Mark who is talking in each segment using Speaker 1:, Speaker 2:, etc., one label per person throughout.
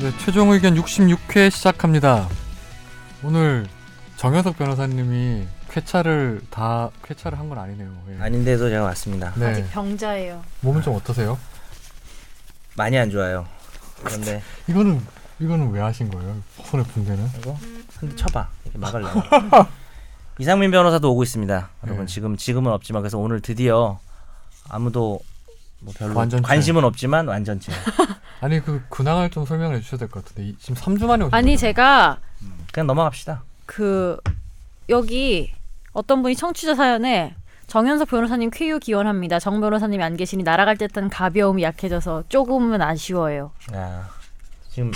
Speaker 1: 네, 최종 의견 66회 시작합니다. 오늘 정현석 변호사님이 쾌차를 다 쾌차를 한 건 아니네요. 예.
Speaker 2: 아닌데도 제가 왔습니다.
Speaker 1: 네,
Speaker 3: 아직 병자예요.
Speaker 1: 몸은 좀 어떠세요?
Speaker 2: 많이 안 좋아요. 그런데
Speaker 1: 이거는 이거는 왜 하신 거예요? 손에 붕대는?
Speaker 2: 이거 한 대 쳐봐. 이렇게 막을래. 이상민 변호사도 오고 있습니다. 여러분
Speaker 1: 네.
Speaker 2: 지금 지금은 없지만 그래서 오늘 드디어 아무도 뭐 별로
Speaker 1: 완전체.
Speaker 2: 관심은 없지만 완전체.
Speaker 1: 아니 그 근황을 좀 설명을 해주셔야 될 것 같은데 이- 지금 3주 만에 오신
Speaker 3: 아니
Speaker 1: 거죠?
Speaker 3: 제가
Speaker 2: 그냥 넘어갑시다.
Speaker 3: 그 여기 어떤 분이 청취자 사연에 정현석 변호사님 쾌유 기원합니다. 정 변호사님이 안 계시니 날아갈 듯한 가벼움이 약해져서 조금은 아쉬워요.
Speaker 2: 야, 지금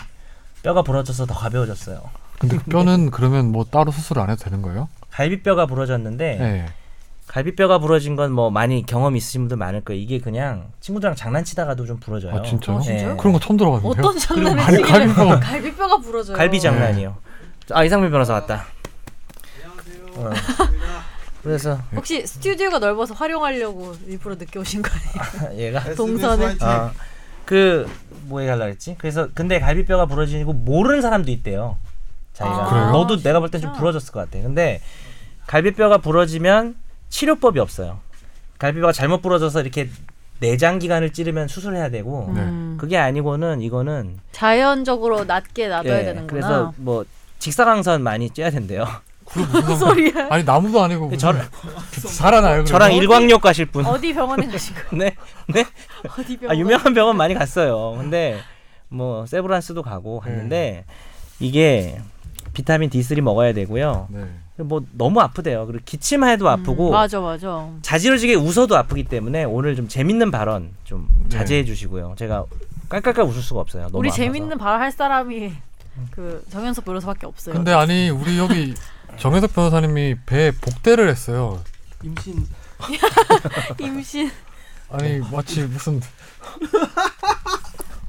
Speaker 2: 뼈가 부러져서 더 가벼워졌어요.
Speaker 1: 근데 뼈는 그러면 뭐 따로 수술 안 해도 되는 거예요?
Speaker 2: 갈비뼈가 부러졌는데
Speaker 1: 네.
Speaker 2: 갈비뼈가 부러진 건 뭐 많이 경험 있으신 분들 많을 거예요. 이게 그냥 친구들이랑 장난치다가도 좀 부러져요.
Speaker 1: 아 진짜요?
Speaker 3: 어, 진짜요?
Speaker 2: 예.
Speaker 1: 그런 거 처음 들어봤는데요?
Speaker 3: 어떤 장난을
Speaker 1: 아니,
Speaker 3: 치길래
Speaker 1: 갈비뼈가-
Speaker 3: 갈비뼈가 부러져요.
Speaker 2: 네. 갈비 장난이요. 아 이상민 변호사 왔다. 어. 그래서
Speaker 3: 혹시 스튜디오가 넓어서 활용하려고 일부러 늦게 오신
Speaker 2: 아,
Speaker 3: 거예요?
Speaker 2: 얘가 아,
Speaker 3: 동선을
Speaker 1: 아,
Speaker 2: 아그 뭐에 갈라 그랬지? 그래서 근데 갈비뼈가 부러지고 모르는 사람도 있대요. 자기가
Speaker 3: 아,
Speaker 1: 그래요?
Speaker 2: 너도 내가 볼 땐 좀
Speaker 3: 진짜?
Speaker 2: 부러졌을 것 같아. 근데 갈비뼈가 부러지면 치료법이 없어요. 갈비뼈가 잘못 부러져서 이렇게 내장 기관을 찌르면 수술해야 되고
Speaker 1: 네.
Speaker 3: 음,
Speaker 2: 그게 아니고는 이거는
Speaker 3: 자연적으로 낮게 놔둬야
Speaker 2: 예,
Speaker 3: 되는구나.
Speaker 2: 그래서 뭐 직사광선 많이 쬐야 된대요.
Speaker 1: 그럼 무슨
Speaker 3: 무슨
Speaker 1: 상관?
Speaker 3: 소리야?
Speaker 1: 아니 나무도 아니고 무슨-
Speaker 2: 저랑
Speaker 1: 살아나요? 그래서?
Speaker 2: 저랑 일광욕 가실 분.
Speaker 3: 어디 병원에 가신 거?
Speaker 2: 네. 네.
Speaker 3: 어디 병원?
Speaker 2: 아, 유명한 병원 많이 갔어요. 근데 뭐 세브란스도 가고 갔는데 이게 비타민 D3 먹어야 되고요.
Speaker 1: 네.
Speaker 2: 뭐 너무 아프대요. 그리고 기침해도 아프고
Speaker 3: 음, 맞아 맞아.
Speaker 2: 자지러지게 웃어도 아프기 때문에 오늘 좀 재밌는 발언 좀
Speaker 1: 네.
Speaker 2: 자제해 주시고요. 제가 깔깔깔 웃을 수가 없어요. 너무
Speaker 3: 우리
Speaker 2: 아파서.
Speaker 3: 재밌는 발할 사람이 그 정현석 변호사밖에 없어요.
Speaker 1: 근데 아니 우리 여기 정혜석 변호사님이 배에 복대를 했어요.
Speaker 4: 임신
Speaker 3: 임신
Speaker 1: 아니
Speaker 3: 네.
Speaker 1: 마치 무슨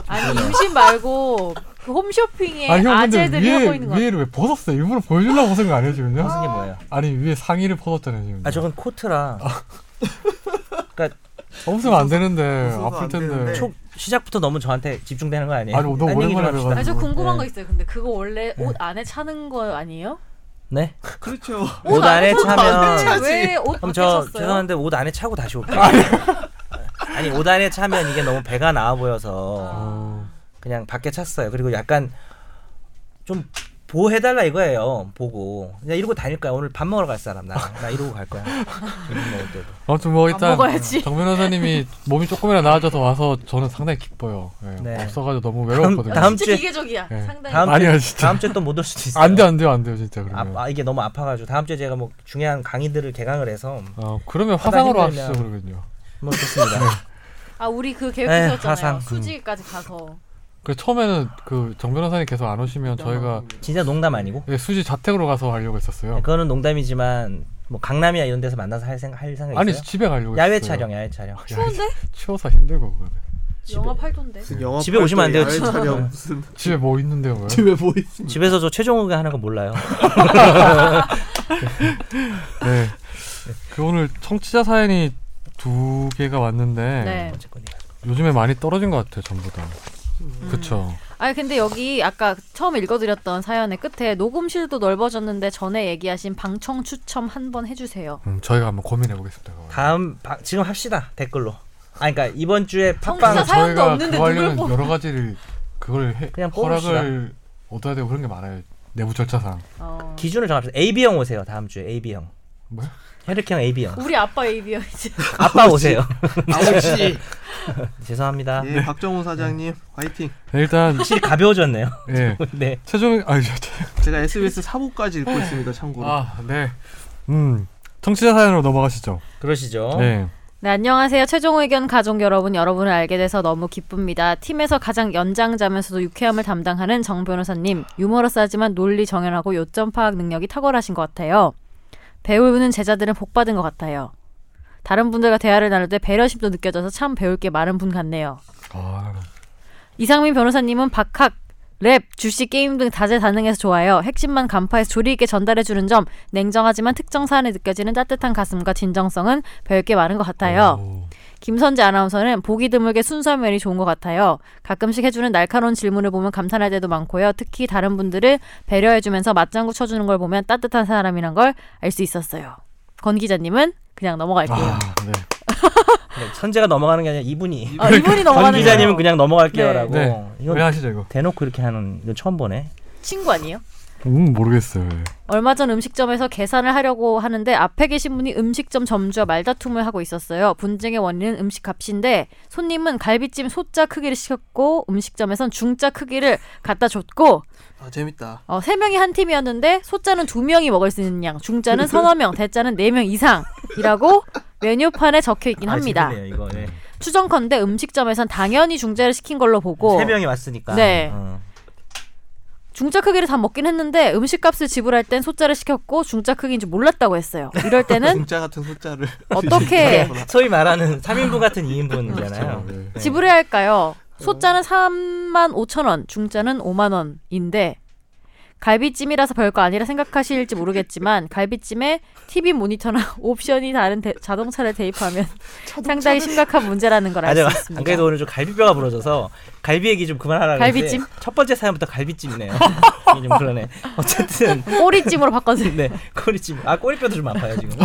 Speaker 3: 아니 임신 말고 그 홈쇼핑에
Speaker 1: 아니 형 근데
Speaker 3: 아재들이 하고
Speaker 1: 위에
Speaker 3: 있는 거 같아요.
Speaker 1: 위에를 왜 벗었어요? 일부러 보여주려고 벗은 거 아니에요 지금요?
Speaker 2: 무슨 게 뭐예요?
Speaker 1: 아니 위에 상의를 벗었잖아요 지금.
Speaker 2: 아 저건 코트라. 그러니까
Speaker 1: 없으면 안 되는데
Speaker 4: 벗어도
Speaker 1: 아플
Speaker 4: 안
Speaker 1: 텐데.
Speaker 4: 되는데.
Speaker 2: 초, 시작부터 너무 저한테 집중되는 거
Speaker 1: 네.
Speaker 2: 아니에요?
Speaker 1: 아니, 너무
Speaker 2: 딴 얘기 좀
Speaker 1: 오랜만에
Speaker 2: 합시다.
Speaker 1: 그래가지고.
Speaker 3: 아니 저 궁금한
Speaker 2: 네.
Speaker 3: 거 있어요. 근데 그거 원래
Speaker 2: 네.
Speaker 3: 옷 안에 차는 거 아니에요?
Speaker 2: 네.
Speaker 4: 그렇죠.
Speaker 2: 옷 안에 차면
Speaker 3: 왜옷
Speaker 2: 그럼
Speaker 3: 밖에
Speaker 2: 저
Speaker 3: 찼어요?
Speaker 2: 죄송한데 옷 안에 차고 다시 올게요.
Speaker 1: 아, 네.
Speaker 2: 네. 아니 옷 안에 차면 이게 너무 배가 나와
Speaker 3: 아,
Speaker 2: 보여서
Speaker 1: 어,
Speaker 2: 그냥 밖에 찼어요. 그리고 약간 좀 보호해달라 이거예요. 보고 그냥 이러고 다닐 거야. 오늘 밥 먹으러 갈 사람 나. 나 이러고 갈 거야. 점심 먹을 때도.
Speaker 1: 아무튼 뭐 일단
Speaker 2: 음,
Speaker 3: 먹어야지.
Speaker 1: 정 변호사님이 몸이 조금이나 나아져서 와서 저는 상당히 기뻐요. 예,
Speaker 2: 네.
Speaker 1: 없어가지고 너무 외로웠거든요.
Speaker 2: 다음
Speaker 3: 진짜
Speaker 2: 주에-
Speaker 3: 기계적이야.
Speaker 1: 네.
Speaker 3: 상당히.
Speaker 2: 다음
Speaker 1: 아니야,
Speaker 2: 주에-
Speaker 1: 진짜.
Speaker 2: 다음 주에 또 못 올 수도 있어요.
Speaker 1: 안돼 안돼 안돼 진짜
Speaker 2: 아,
Speaker 1: 그러면.
Speaker 2: 아, 이게 너무 아파가지고 다음 주에 제가 뭐 중요한 강의들을 개강을 해서
Speaker 1: 어, 그러면 화상으로
Speaker 2: 하다 힘들면-
Speaker 1: 하시죠 그러면요.
Speaker 2: 뭐 좋습니다.
Speaker 1: 네.
Speaker 3: 아 우리 그
Speaker 2: 에휴,
Speaker 3: 계획했었잖아요.
Speaker 2: 화상.
Speaker 3: 수지까지 가서.
Speaker 2: 음.
Speaker 1: 그 처음에는 그 정 변호사님 계속 안 오시면 저희가
Speaker 2: 진짜 농담 아니고 네,
Speaker 1: 예, 수지 자택으로 가서 하려고 했었어요.
Speaker 2: 그거는 농담이지만 뭐 강남이나 이런 데서 만나서 할 생각 할 생각
Speaker 1: 아니
Speaker 2: 있어요?
Speaker 1: 집에 가려고
Speaker 2: 야외
Speaker 1: 했어요.
Speaker 2: 촬영, 야외 촬영.
Speaker 3: 추운데?
Speaker 1: 추워서 힘들고 그거는.
Speaker 3: 영화 팔던데.
Speaker 4: 무슨 영화
Speaker 2: 집에 오시면 안 돼요,
Speaker 4: 팔도
Speaker 2: 진짜. 네.
Speaker 4: 야외 촬영 무슨
Speaker 1: 집에 뭐 있는데요? 그거?
Speaker 4: 집에 뭐 있습니다.
Speaker 2: 집에서 저 최종 의견 하는 거 몰라요.
Speaker 1: 네. 그 오늘 청취자 사연이 두 개가 왔는데
Speaker 3: 네.
Speaker 2: 어쨌건
Speaker 1: 요즘에 많이 떨어진 것 같아요 전부 다.
Speaker 3: 음.
Speaker 1: 그쵸.
Speaker 3: 아니 근데 여기 아까 처음 읽어드렸던 사연의 끝에 녹음실도 넓어졌는데 전에 얘기하신 방청 추첨 한 번 해주세요.
Speaker 1: 음, 저희가 한번 고민해 보겠습니다. 그거.
Speaker 2: 다음 바, 지금 합시다 댓글로. 아 그러니까 이번 주에
Speaker 3: 진짜
Speaker 2: 팟빵
Speaker 3: 사연도
Speaker 1: 저희가
Speaker 3: 없는데
Speaker 1: 그거 하려면
Speaker 3: 누굴 뽑아.
Speaker 1: 여러 가지를 그걸 해,
Speaker 2: 그냥 뽑읍시다.
Speaker 1: 허락을 얻어야 되고 그런 게 많아요. 내부 절차상.
Speaker 3: 어.
Speaker 2: 기준을 정합시다. AB 형 오세요 다음 주에 AB 형.
Speaker 1: 뭐야?
Speaker 2: 혈액형 AB 형.
Speaker 3: 우리 아빠 AB야 이제.
Speaker 2: 아빠 오세요.
Speaker 4: 아우씨.
Speaker 2: 죄송합니다.
Speaker 4: 예, 박정우 사장님 화이팅.
Speaker 1: 네, 일단
Speaker 2: 확실히 가벼워졌네요.
Speaker 1: 예.
Speaker 2: 네.
Speaker 1: 최종 아니 저,
Speaker 4: 제가 SBS 사부까지 읽고 있습니다. 참고로.
Speaker 1: 아 네. 음 청취자 사연으로 넘어가시죠.
Speaker 2: 그러시죠.
Speaker 1: 네.
Speaker 3: 네 안녕하세요 최종 의견 가족 여러분 여러분을 알게 돼서 너무 기쁩니다. 팀에서 가장 연장자면서도 유쾌함을 담당하는 정 변호사님 유머러스하지만 논리 정연하고 요점 파악 능력이 탁월하신 것 같아요. 배우는 제자들은 복 받은 것 같아요. 다른 분들과 대화를 나눌 때 배려심도 느껴져서 참 배울 게 많은 분 같네요.
Speaker 1: 아,
Speaker 3: 이상민 변호사님은 박학, 랩, 주식, 게임 등 다재다능해서 좋아요. 핵심만 간파해서 조리 있게 전달해주는 점, 냉정하지만 특정 사안에 느껴지는 따뜻한 가슴과 진정성은 배울 게 많은 것 같아요.
Speaker 1: 오.
Speaker 3: 김선재 아나운서는 보기 드물게 순수한 면이 좋은 것 같아요. 가끔씩 해주는 날카로운 질문을 보면 감탄할 때도 많고요. 특히 다른 분들을 배려해주면서 맞장구 쳐주는 걸 보면 따뜻한 사람이란 걸 알 수 있었어요. 권 기자님은 그냥 넘어갈게요.
Speaker 1: 아, 네.
Speaker 2: 네, 선재가 넘어가는 게 아니라 이분이
Speaker 3: 아, 이분이
Speaker 2: 권
Speaker 3: 넘어가는
Speaker 2: 기자님은
Speaker 3: 거예요.
Speaker 2: 그냥 넘어갈게요라고
Speaker 1: 네.
Speaker 2: 이건
Speaker 1: 왜 하시죠 이거?
Speaker 2: 대놓고 이렇게 하는 이건 처음 보네.
Speaker 3: 친구 아니에요?
Speaker 1: 음 모르겠어요.
Speaker 2: 네,
Speaker 1: 예.
Speaker 3: 얼마 전 음식점에서 계산을 하려고 하는데 앞에 계신 분이 음식점 점주와 말다툼을 하고 있었어요. 분쟁의 원인은 음식 값인데 손님은 갈비찜 소자 크기를 시켰고 음식점에선 중자 크기를 갖다 줬고
Speaker 4: 아 재밌다.
Speaker 3: 어, 세 명이 한 팀이었는데 소자는 두 명이 먹을 수 있는 양, 중자는 서너 명, 대자는 네 명 이상이라고 메뉴판에 적혀 있긴
Speaker 2: 아,
Speaker 3: 합니다.
Speaker 2: 재밌네요, 이거. 네.
Speaker 3: 추정컨대 음식점에선 당연히 중자를 시킨 걸로 보고
Speaker 2: 세 명이 왔으니까.
Speaker 3: 네.
Speaker 2: 어.
Speaker 3: 중짜 크기를 다 먹긴 했는데 음식값을 지불할 땐 소자를 시켰고 중자 크기인지 몰랐다고 했어요. 이럴 때는
Speaker 4: 문자 네? 같은 숫자를
Speaker 3: 어떻게
Speaker 2: 소위 말하는 3인분 같은 2인분이잖아요.
Speaker 1: 네.
Speaker 3: 네. 지불해야 할까요? 소자는 3만 5천 원, 중자는 5만 원인데 갈비찜이라서 별거 아니라 생각하실지 모르겠지만 갈비찜에 TV 모니터나 옵션이 다른 대- 자동차를 대입하면 상당히 심각한 문제라는 걸 알 수
Speaker 2: 맞아요. 네, 안
Speaker 3: 있습니다.
Speaker 2: 그래도 오늘 좀 갈비뼈가 부러져서 갈비 얘기 좀 그만하라고
Speaker 3: 갈비찜?
Speaker 2: 첫 번째 사연부터 갈비찜이네요. 이게 좀 그러네. 어쨌든
Speaker 3: 꼬리찜으로 바꿔주세요.
Speaker 2: 네 꼬리찜. 아 꼬리뼈도 좀 아파요 지금.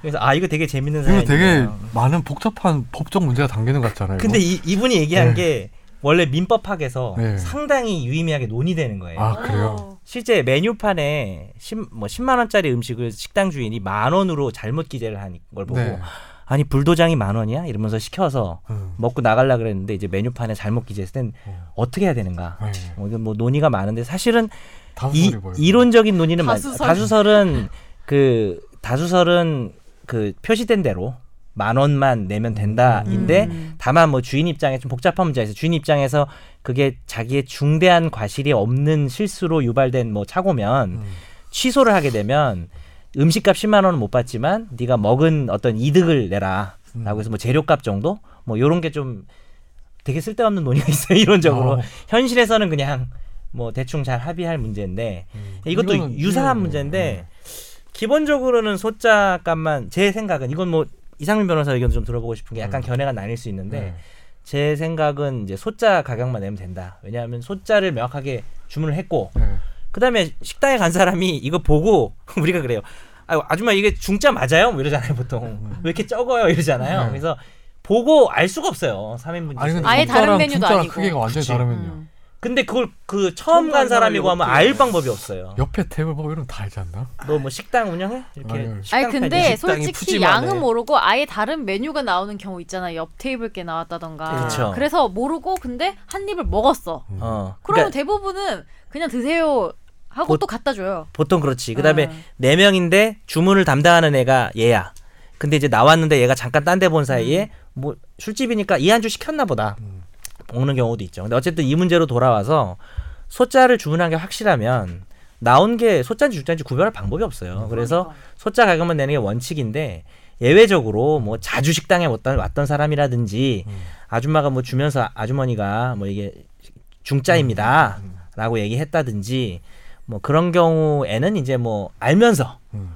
Speaker 2: 그래서 아 이거 되게 재밌는
Speaker 1: 이거 되게 네,
Speaker 2: 사연이에요.
Speaker 1: 많은 복잡한 법적 문제가 담기는 것 같잖아요.
Speaker 2: 네, 근데 이, 이분이 얘기한
Speaker 1: 네.
Speaker 2: 게 원래 민법학에서
Speaker 1: 네.
Speaker 2: 상당히 유의미하게 논의되는 거예요.
Speaker 1: 이거. 아 그래요?
Speaker 2: 실제 메뉴판에 10, 뭐 10만 원짜리 음식을 식당 주인이 만 원으로 잘못 기재를 한 걸 보고
Speaker 1: 네.
Speaker 2: 아니 불도장이 만 원이야 이러면서 시켜서
Speaker 1: 음.
Speaker 2: 먹고 나갈라 그랬는데 이제 메뉴판에 잘못 기재했을 땐 어떻게 해야 되는가?
Speaker 1: 네.
Speaker 2: 뭐 이건 뭐 논의가 많은데 사실은 이,
Speaker 1: 다수설이 뭐예요?
Speaker 2: 이론적인 논의는 많-
Speaker 3: 다수설.
Speaker 2: 다수설은 그 다수설은 그 표시된 대로 만 원만 내면 된다인데
Speaker 3: 음.
Speaker 2: 다만 뭐 주인 입장에 좀 복잡한 문제가 있어 주인 입장에서 그게 자기의 중대한 과실이 없는 실수로 유발된 뭐 착오면
Speaker 1: 음.
Speaker 2: 취소를 하게 되면 음식값 10만 원은 못 받지만 네가 먹은 어떤 이득을
Speaker 1: 음.
Speaker 2: 내라라고 해서 뭐 재료값 정도 뭐 요런 게 좀 되게 쓸데없는 논의가 있어요 이론적으로
Speaker 1: 어.
Speaker 2: 현실에서는 그냥 뭐 대충 잘 합의할 문제인데
Speaker 1: 음.
Speaker 2: 네,
Speaker 1: 예,
Speaker 2: 이것도
Speaker 1: 이거는
Speaker 2: 유사한
Speaker 1: 이거는- 네.
Speaker 2: 문제인데 기본적으로는 소자값만 제 생각은 이건 뭐 이상민 변호사 의견 좀 들어보고 싶은 게 약간 견해가 나뉠 수 있는데
Speaker 1: 음. 네.
Speaker 2: 제 생각은 이제 소자 가격만 내면 된다 왜냐하면 소자를 명확하게 주문을 했고
Speaker 1: 네.
Speaker 2: 그다음에 식당에 간 사람이 이거 보고 우리가 그래요. 아 아줌마 이게 중짜 맞아요? 뭐 이러잖아요 보통. 왜 이렇게 적어요? 이러잖아요.
Speaker 1: 네.
Speaker 2: 그래서 보고 알 수가 없어요. 3인분
Speaker 1: 아니 근데
Speaker 3: 아예
Speaker 1: 아예
Speaker 3: 다른
Speaker 1: 다른
Speaker 3: 메뉴도
Speaker 1: 메뉴도 아니고
Speaker 3: 아니고.
Speaker 1: 크기가 완전히
Speaker 2: 그치.
Speaker 1: 다르면요.
Speaker 3: 음.
Speaker 2: 근데 그걸 그 처음 간 사람이고 하면 알 방법이 없어요.
Speaker 1: 옆에 탭을 보고 이런 다 알지 않나?
Speaker 2: 너 뭐 식당 운영해? 이렇게
Speaker 1: 아니요.
Speaker 2: 식당
Speaker 3: 아니 근데
Speaker 2: 팔지.
Speaker 4: 식당이
Speaker 3: 솔직히
Speaker 4: 푸짐하네.
Speaker 3: 양은 뭐 모르고 아예 다른 메뉴가 나오는 경우 있잖아. 옆 테이블 게 나왔다던가.
Speaker 2: 그쵸.
Speaker 3: 래서 모르고 근데 한 입을 먹었어.
Speaker 2: 어.
Speaker 3: 그러면
Speaker 2: 그러니까
Speaker 3: 대부분은 그냥 드세요 하고
Speaker 2: 보-
Speaker 3: 또 갖다 줘요.
Speaker 2: 보통 그렇지. 그다음에
Speaker 3: 음.
Speaker 2: 네 명인데 주문을 담당하는 애가 얘야. 근데 이제 나왔는데 얘가 잠깐 딴 데 본 사이에 뭐 술집이니까 이 한주 시켰나 보다. 먹는 경우도 있죠. 근데 어쨌든 이 문제로 돌아와서 소자를 주문한 게 확실하면 나온 게 소자인지 죽자인지 구별할 방법이 없어요. 그래서
Speaker 3: 그러니까.
Speaker 2: 소자 가격만 내는 게 원칙인데 예외적으로 뭐 자주 식당에 왔던, 왔던 사람이라든지 아줌마가 뭐 주면서 아주머니가 뭐 이게 중짜입니다. 라고 얘기했다든지 뭐 그런 경우에는 이제 뭐 알면서
Speaker 1: 음.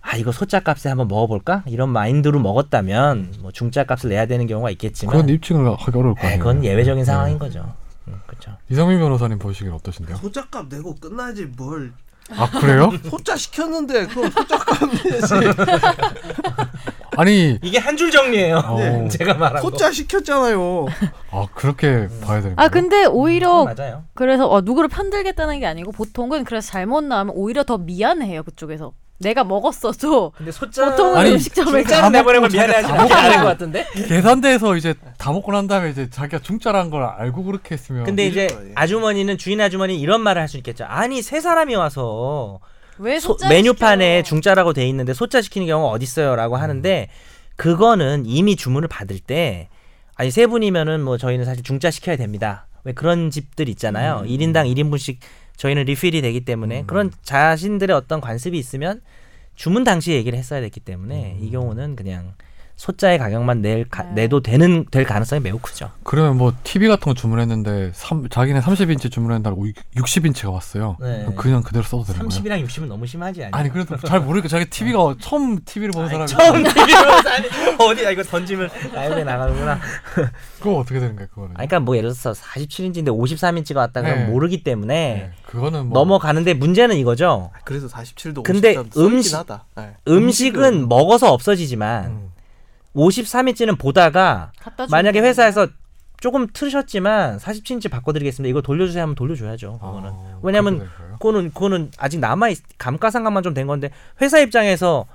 Speaker 2: 아 이거 소자 값에 한번 먹어볼까 이런 마인드로 먹었다면 뭐 중짜 값을 내야 되는 경우가 있겠지만
Speaker 1: 그건 입증을 하기 어려울 거
Speaker 2: 네,
Speaker 1: 아니에요.
Speaker 2: 그건 예외적인 상황인
Speaker 1: 네.
Speaker 2: 거죠. 음, 그렇죠.
Speaker 1: 이상민 변호사님 보시기엔 어떠신데요?
Speaker 4: 소자값 내고 끝나지 뭘
Speaker 1: 아 그래요?
Speaker 4: 소자 시켰는데 그럼 소자값 내지
Speaker 1: 아니
Speaker 2: 이게 한 줄 정리예요.
Speaker 1: 네.
Speaker 2: 제가 말한 거.
Speaker 4: 소자 시켰잖아요.
Speaker 1: 아 그렇게
Speaker 2: 음.
Speaker 1: 봐야 되는 거예요?
Speaker 3: 아 근데 오히려
Speaker 2: 맞아요.
Speaker 3: 그래서 어, 누구를 편들겠다는 게 아니고 보통은 그래서 잘못 나오면 오히려 더 미안해요 그쪽에서. 내가 먹었어도
Speaker 2: 근데 소자
Speaker 3: 보통은
Speaker 1: 아니,
Speaker 3: 음식점을
Speaker 1: 진짜-
Speaker 2: 소자는 내보내고
Speaker 1: 다 먹고
Speaker 2: 미안해하지
Speaker 1: 자기가
Speaker 2: 않게
Speaker 1: 다
Speaker 2: 하는
Speaker 1: 먹고
Speaker 2: 것 같은데.
Speaker 1: 계산대에서 이제 다 먹고 난 다음에 이제 자기가 중짜란 걸 알고 그렇게 했으면
Speaker 2: 근데 이제
Speaker 4: 거예요, 예.
Speaker 2: 어, 아주머니는 주인 아주머니 이런 말을 할 수 있겠죠. 아니 세 사람이 와서
Speaker 3: 왜
Speaker 2: 소-
Speaker 3: 네, 소자를
Speaker 2: 메뉴판에
Speaker 3: 시켜?
Speaker 2: 중짜라고 돼 있는데 소자 시키는 경우가 어디 있어요라고 하는데 그거는 이미 주문을 받을 때 아니 세 분이면은 뭐 저희는 사실 중짜 시켜야 됩니다. 왜 그런 집들 있잖아요. 일 1인당 1인분씩 저희는 리필이 되기 때문에 그런 음. 자신들의 어떤 관습이 있으면 주문 당시에 얘기를 했어야 됐기 때문에 이 경우는 그냥 소자의 가격만 낼 가-
Speaker 3: 네.
Speaker 2: 내도 되는 될 가능성이 매우 크죠.
Speaker 1: 그러면 뭐 TV 같은 거 주문했는데 삼- 자기는 30인치 주문했는데 60인치가 왔어요.
Speaker 2: 네.
Speaker 1: 그럼 그냥 그대로 써도 되는 거예요?
Speaker 2: 30이랑 60은 너무 심하지 않아요? 네.
Speaker 1: 아니 그래도 잘 모르니까 자기 TV가 처음 TV를 본 사람이
Speaker 2: 처음 들으면서 아니, 어디야 이거 던지면 라이브에 나가는구나.
Speaker 1: 그거 어떻게 되는 거예요 그거는?
Speaker 2: 아니, 그러니까 뭐 예를 들어서 47인치인데 53인치가 왔다 그러면
Speaker 1: 네.
Speaker 2: 모르기 때문에
Speaker 1: 네, 그거는 뭐
Speaker 2: 넘어가는데 문제는 이거죠.
Speaker 4: 그래서 47도
Speaker 2: 근데
Speaker 4: 53도 긴
Speaker 2: 음식-
Speaker 4: 하다. 네.
Speaker 2: 음식은 먹어서 없어지지만
Speaker 1: 음.
Speaker 2: 53인치는 보다가
Speaker 3: 갖다 주면
Speaker 2: 만약에
Speaker 3: 되는데.
Speaker 2: 회사에서 조금 틀으셨지만 47인치 바꿔드리겠습니다. 이거 돌려주세요 하면 돌려줘야죠. 그거는
Speaker 1: 아,
Speaker 2: 왜냐면 어,
Speaker 1: 그렇게 되는 거예요?
Speaker 2: 그거는 그거는 아직 남아 있, 감가상각만 좀 된 건데 회사 입장에서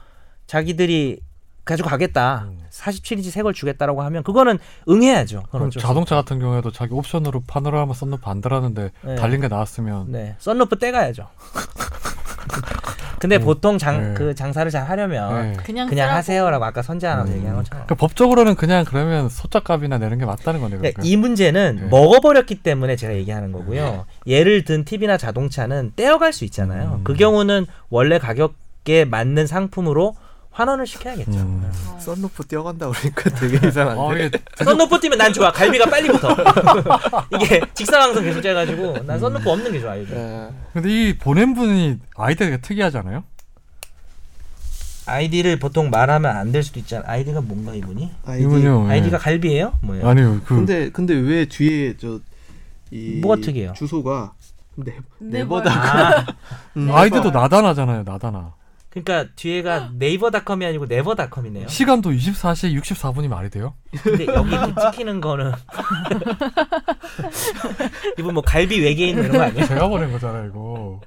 Speaker 2: 자기들이 가지고 가겠다.
Speaker 1: 음.
Speaker 2: 47인치 새 걸 주겠다라고 하면 그거는 응해야죠. 그건
Speaker 1: 그럼
Speaker 2: 어쩔 수
Speaker 1: 자동차 같은 경우에도 자기 옵션으로 파노라마 썬루프 안 달았는데
Speaker 2: 네.
Speaker 1: 달린 게 나왔으면
Speaker 2: 네, 썬루프 떼가야죠. 근데 보통 장,
Speaker 1: 네.
Speaker 2: 그 장사를 잘 하려면
Speaker 1: 네.
Speaker 3: 그냥
Speaker 2: 그냥
Speaker 3: 쓰라고.
Speaker 2: 하세요라고 아까 선재하고
Speaker 1: 음.
Speaker 2: 얘기한 것처럼.
Speaker 1: 그러니까 법적으로는 그냥 그러면 소자값이나 내는 게 맞다는 거네요.
Speaker 2: 그러니까
Speaker 1: 그러니까.
Speaker 2: 이 문제는
Speaker 1: 네.
Speaker 2: 먹어버렸기 때문에 제가 얘기하는 거고요. 예를 든 TV나 자동차는 떼어갈 수 있잖아요.
Speaker 1: 음.
Speaker 2: 그 경우는 원래 가격에 맞는 상품으로 환원을 시켜야겠죠.
Speaker 1: 음.
Speaker 4: 썬루프 뛰어간다 그러니까 되게 이상한데.
Speaker 1: 어, 이게
Speaker 2: 썬루프 뛰면 난 좋아. 갈비가 빨리 붙어. 이게 직사광선 계속 째가지고
Speaker 1: 음.
Speaker 2: 난 썬루프 없는 게 좋아 예. 요즘.
Speaker 4: 네.
Speaker 1: 근데 이 보낸 분이 아이디가 특이하지 않아요?
Speaker 2: 아이디를 보통 말하면 안 될 수도 있잖아. 아이디가 뭔가 이분이?
Speaker 4: 아이디-
Speaker 1: 이분요.
Speaker 2: 아이디가 갈비예요? 뭐예요?
Speaker 1: 음. 아니요. 그
Speaker 4: 근데 근데 왜 뒤에 저이
Speaker 2: 뭐가 특이해요?
Speaker 4: 주소가 네,
Speaker 3: 네버.
Speaker 4: 네버다.
Speaker 2: 아,
Speaker 4: 음.
Speaker 1: 아이디도 나다나잖아요. 나다나.
Speaker 2: 그러니까 뒤에가 네이버닷컴이 아니고 네버닷컴이네요.
Speaker 1: 시간도 24시 64분이 말이 돼요?
Speaker 2: 근데 여기 이렇게 찍히는 거는 이분 뭐 갈비 외계인 이런 거 아니야?
Speaker 1: 제가 보낸 거잖아요, 이거.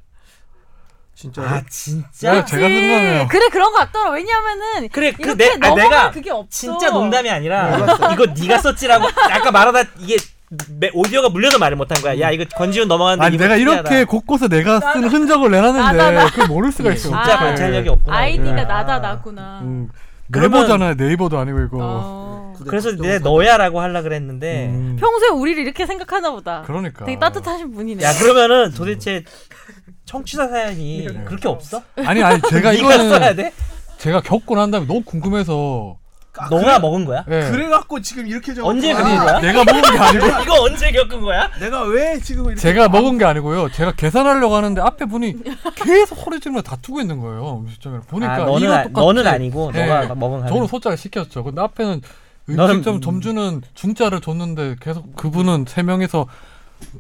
Speaker 4: 진짜
Speaker 2: 아
Speaker 1: 네,
Speaker 2: 진짜?
Speaker 1: 제가 쓴 거네요.
Speaker 3: 그래 그런 것 같더라. 왜냐하면은
Speaker 2: 그래
Speaker 3: 이렇게
Speaker 2: 그내 아,
Speaker 3: 넘어가면
Speaker 2: 내가
Speaker 3: 그게 없어.
Speaker 2: 진짜 농담이 아니라
Speaker 4: 몰랐어.
Speaker 2: 이거 네가 썼지라고 아까 말하다 이게 매- 오디오가 물려서 말을 못한 거야. 야 이거 권지훈 넘어갔는데
Speaker 1: 아니
Speaker 2: 이거
Speaker 1: 내가
Speaker 2: 특이하다.
Speaker 1: 이렇게 곳곳에 내가 쓴 흔적을
Speaker 3: 나다나.
Speaker 1: 내놨는데 그걸 모를 수가 있어.
Speaker 2: 진짜
Speaker 3: 아.
Speaker 2: 관찰력이 없구나. 네.
Speaker 3: 아이디가
Speaker 2: 이거야.
Speaker 3: 나다 나구나.
Speaker 1: 네. 음,
Speaker 2: 그러면-
Speaker 1: 네버잖아요. 네이버도 아니고 이거.
Speaker 3: 어.
Speaker 2: 그래서 내 너야라고 하려 그랬는데
Speaker 1: 음.
Speaker 3: 평소에 우리를 이렇게 생각하나 보다.
Speaker 1: 그러니까.
Speaker 3: 되게 따뜻하신 분이네.
Speaker 2: 야 그러면은 도대체 청취자 사연이
Speaker 1: 네.
Speaker 2: 그렇게 없어?
Speaker 1: 아니 아니 제가
Speaker 2: 네가 써야
Speaker 1: 이거는
Speaker 2: 돼?
Speaker 1: 제가 겪고 난 다음에 너무 궁금해서
Speaker 2: 너가 먹은 거야?
Speaker 1: 예.
Speaker 4: 그래갖고 지금 이렇게 적었구나.
Speaker 2: 언제 그린
Speaker 1: 아니,
Speaker 2: 거야?
Speaker 1: 내가 먹은 게 아니고
Speaker 2: 이거 언제 겪은 거야?
Speaker 4: 내가 왜 지금 이렇게
Speaker 1: 제가 먹은 게 아니고요. 제가 계산하려고 하는데 앞에 분이 계속 허리찜을 다투고 있는 거예요. 음식점에 보니까
Speaker 2: 아, 너는,
Speaker 1: 이거
Speaker 2: 아,
Speaker 1: 똑같지.
Speaker 2: 너는 아니고
Speaker 1: 네.
Speaker 2: 너가 먹은 거
Speaker 1: 저는 소자를 시켰죠. 근데 앞에는
Speaker 2: 너는-
Speaker 1: 음식점 점주는 중자를 줬는데 계속 그분은 세 명에서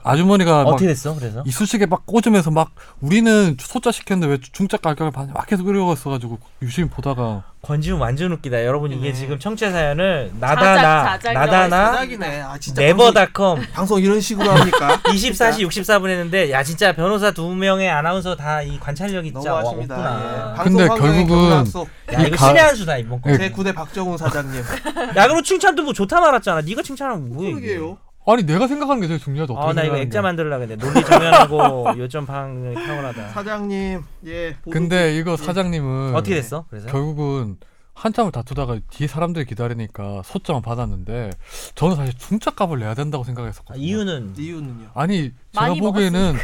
Speaker 1: 아주머니가 막
Speaker 2: 어떻게 됐어? 그래서
Speaker 1: 이쑤시개 막 꽂으면서 막 우리는 소자 시켰는데 왜 중자 가격을 받냐 막 계속 그려갔어가지고 유심히 보다가
Speaker 2: 권지훈 완전 웃기다. 여러분 이게
Speaker 4: 음.
Speaker 2: 지금 청취자 사연을
Speaker 3: 자작,
Speaker 2: 나다나
Speaker 3: 자작이라고
Speaker 2: 나다나
Speaker 4: 자작이네. 아 진짜
Speaker 2: 네버닷컴
Speaker 4: 방송, 방송 이런 식으로 합니까?
Speaker 2: 24시 64분 했는데 야 진짜 변호사 두 명의 아나운서 다 이 관찰력이 진짜 와-
Speaker 4: 너무하십니다.
Speaker 2: 없구나.
Speaker 4: 예.
Speaker 1: 근데
Speaker 4: 방송 환경의
Speaker 1: 결국은
Speaker 4: 경락 속
Speaker 2: 야 이거
Speaker 1: 이 가-
Speaker 2: 신의 한 수다 이번 거.
Speaker 1: 예.
Speaker 4: 제 9대 박정훈 사장님.
Speaker 2: 야 그럼 칭찬도 뭐 좋다 말았잖아. 네가 칭찬하면 뭐야 이게?
Speaker 4: 그러게요.
Speaker 1: 아니 내가 생각하는 게 제일 중요하죠. 어떻게
Speaker 2: 아 나 이거
Speaker 1: 생각하느냐.
Speaker 2: 액자 만들려고 했는데 논리 정연하고 요점 방 탁월하다.
Speaker 4: 사장님 예. 보도-
Speaker 1: 근데 이거 사장님은
Speaker 2: 어떻게 됐어? 그래서
Speaker 1: 결국은 한참을 다투다가 뒤에 사람들이 기다리니까 소장을 받았는데 저는 사실 중짜 값을 내야 된다고
Speaker 2: 아,
Speaker 1: 생각했었거든요.
Speaker 2: 이유는
Speaker 4: 이유는요.
Speaker 1: 아니 제가
Speaker 3: 많이
Speaker 1: 보기에는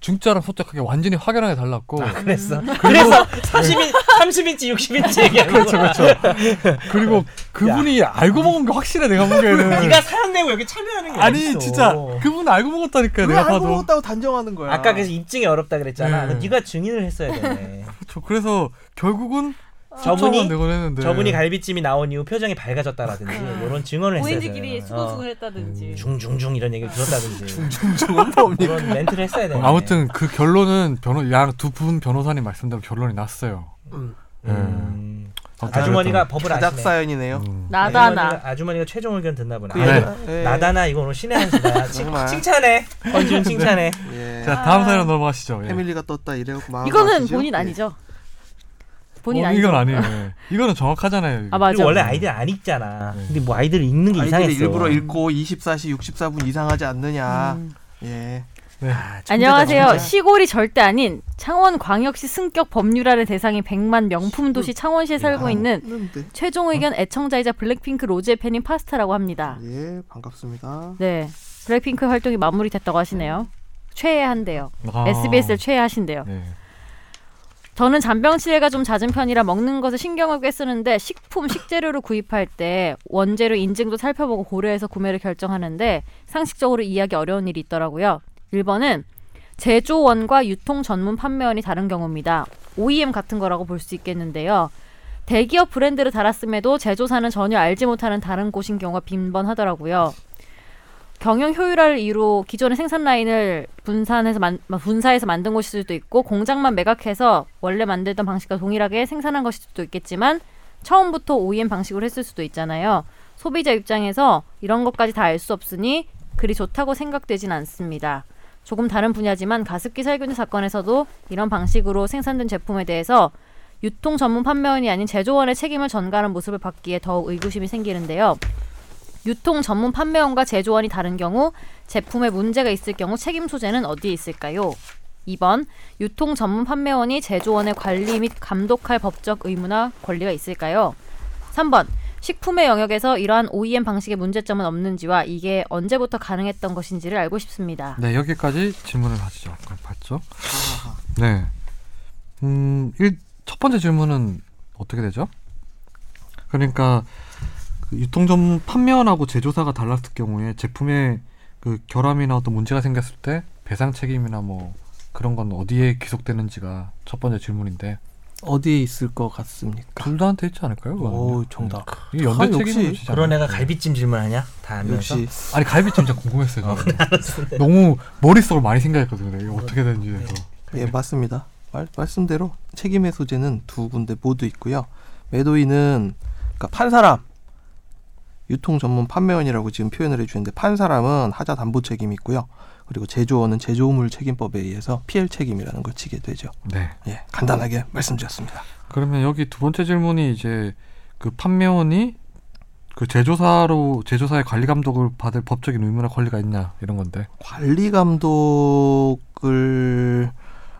Speaker 1: 중짜랑 소자 가게 완전히 확연하게 달랐고
Speaker 2: 그랬어. 음. 그래서 30인 30인치 60인치 얘기하는 거야. 그러니까
Speaker 1: 그렇죠. 그리고 그분이 알고 먹은 게 확실해 내가 보기에는.
Speaker 2: 네가 사연 내고 여기 참여하는 게
Speaker 1: 아니
Speaker 2: 어딨어.
Speaker 1: 진짜 그분 알고 먹었다니까
Speaker 4: 왜
Speaker 1: 내가
Speaker 4: 알고
Speaker 1: 봐도.
Speaker 4: 먹었다고 단정하는 거야.
Speaker 2: 아까 그래서 입증이 어렵다 그랬잖아.
Speaker 1: 네.
Speaker 2: 네가 증인을 했어야 되네.
Speaker 1: 그렇죠. 그래서 결국은
Speaker 2: 저분이
Speaker 1: 소장만 내고 했는데
Speaker 2: 저분이 갈비찜이 나온 이후 표정이 밝아졌다라든지 이런 증언을 했어야 되는
Speaker 3: 오인지끼리
Speaker 2: 거야.
Speaker 3: 수고수고 했다든지.
Speaker 2: 어. 중중중 이런 얘기를 들었다든지
Speaker 4: 중중은 뭡니까?
Speaker 2: 그런 멘트를 했어야 되네.
Speaker 1: 아무튼 그 결론은 변호 양두분 변호사님 말씀대로 결론이 났어요. 어,
Speaker 4: 음,
Speaker 2: 음.
Speaker 1: 아무튼
Speaker 2: 아주머니가 법을
Speaker 4: 자작
Speaker 2: 아시네.
Speaker 4: 사연이네요.
Speaker 1: 음.
Speaker 3: 나다 나.
Speaker 2: 아주머니가, 아주머니가 최종 의견 듣나 보네. 아,
Speaker 4: 그
Speaker 1: 네.
Speaker 4: 얘기가- 예.
Speaker 2: 나다나 이거 오늘 신의 한 수다. 칭-
Speaker 4: 정말.
Speaker 2: 칭찬해. 권준 칭찬해.
Speaker 4: 예.
Speaker 1: 자 다음 사연 넘어가시죠. 예.
Speaker 4: 패밀리가 떴다 이래갖고 마음
Speaker 3: 이거는
Speaker 4: 아프시죠?
Speaker 3: 본인
Speaker 4: 예.
Speaker 3: 아니죠? 본인
Speaker 1: 어,
Speaker 3: 아니죠?
Speaker 1: 이건 아니에요. 예. 이거는 정확하잖아요. 이거.
Speaker 3: 아 맞아.
Speaker 2: 그리고 원래 아이들 안 읽잖아.
Speaker 1: 네.
Speaker 2: 근데 뭐 아이들 읽는 게
Speaker 4: 음. 아이들이
Speaker 2: 이상했어.
Speaker 4: 일부러 읽고 24시 64분 이상하지 않느냐.
Speaker 3: 음.
Speaker 4: 예.
Speaker 2: 아, 천재다,
Speaker 3: 안녕하세요.
Speaker 2: 천재.
Speaker 3: 시골이 절대 아닌 창원광역시 승격 법률화를 대상인 100만 명품 도시 창원시에 살고
Speaker 4: 아,
Speaker 3: 있는
Speaker 4: 그런데.
Speaker 3: 최종 의견 애청자이자 블랙핑크 로제 팬인 파스타라고 합니다.
Speaker 4: 예, 반갑습니다.
Speaker 3: 네. 블랙핑크 활동이 마무리됐다고 하시네요. 최애한대요.
Speaker 1: 아.
Speaker 3: SBS를 최애하신대요.
Speaker 1: 네.
Speaker 3: 저는 잔병치레가 좀 잦은 편이라 먹는 것에 신경을 꽤 쓰는데 식품 식재료를 구입할 때 원재료 인증도 살펴보고 고려해서 구매를 결정하는데 상식적으로 이해하기 어려운 일이 있더라고요. 1번은 제조원과 유통 전문 판매원이 다른 경우입니다. OEM 같은 거라고 볼 수 있겠는데요. 대기업 브랜드를 달았음에도 제조사는 전혀 알지 못하는 다른 곳인 경우가 빈번하더라고요. 경영 효율화를 이루 기존의 생산 라인을 분산해서 만, 분사해서 만든 것일 수도 있고 공장만 매각해서 원래 만들던 방식과 동일하게 생산한 것일 수도 있겠지만 처음부터 OEM 방식으로 했을 수도 있잖아요. 소비자 입장에서 이런 것까지 다 알 수 없으니 그리 좋다고 생각되진 않습니다. 조금 다른 분야지만 가습기 살균제 사건에서도 이런 방식으로 생산된 제품에 대해서 유통 전문 판매원이 아닌 제조원의 책임을 전가하는 모습을 봤기에 더욱 의구심이 생기는데요. 유통 전문 판매원과 제조원이 다른 경우 제품에 문제가 있을 경우 책임 소재는 어디에 있을까요? 2번 유통 전문 판매원이 제조원의 관리 및 감독할 법적 의무나 권리가 있을까요? 3번 식품의 영역에서 이러한 OEM 방식의 문제점은 없는지와 이게 언제부터 가능했던 것인지를 알고 싶습니다.
Speaker 1: 네, 여기까지 질문을 가지죠. 그럼 봤죠?
Speaker 4: 아하.
Speaker 1: 네. 음, 일, 첫 번째 질문은 어떻게 되죠? 그러니까 그 유통점 판매원하고 제조사가 달랐을 경우에 제품에 그 결함이나 어떤 문제가 생겼을 때 배상 책임이나 뭐 그런 건 어디에 귀속되는지가 첫 번째 질문인데
Speaker 4: 어디에 있을 것 같습니까?
Speaker 1: 둘 다한테 있지 않을까요?
Speaker 4: 오
Speaker 1: 그거는요?
Speaker 4: 정답.
Speaker 1: 이 연대
Speaker 4: 아, 역시
Speaker 1: 책임은 지지
Speaker 2: 그런
Speaker 1: 않아요.
Speaker 2: 애가 갈비찜 질문하냐? 다 알면서.
Speaker 4: 역시
Speaker 1: 아니 갈비찜 진짜 궁금했어요.
Speaker 4: 아,
Speaker 1: 저는.
Speaker 4: 네,
Speaker 1: 너무 머릿속으로 많이 생각했거든요. 이게 어떻게 되는지 해서.
Speaker 4: 예, 맞습니다. 말, 말씀대로 책임의 소재는 두 군데 모두 있고요. 매도인은 그러니까 판 사람 유통 전문 판매원이라고 지금 표현을 해주는데 판 사람은 하자 담보 책임이 있고요. 그리고 제조원은 제조물 책임법에 의해서 PL 책임이라는 걸 지게 되죠.
Speaker 1: 네.
Speaker 4: 예, 간단하게 말씀드렸습니다.
Speaker 1: 그러면 여기 두 번째 질문이 이제 그 판매원이 그 제조사로 제조사의 관리 감독을 받을 법적인 의무나 권리가 있냐 이런 건데.
Speaker 4: 관리 감독을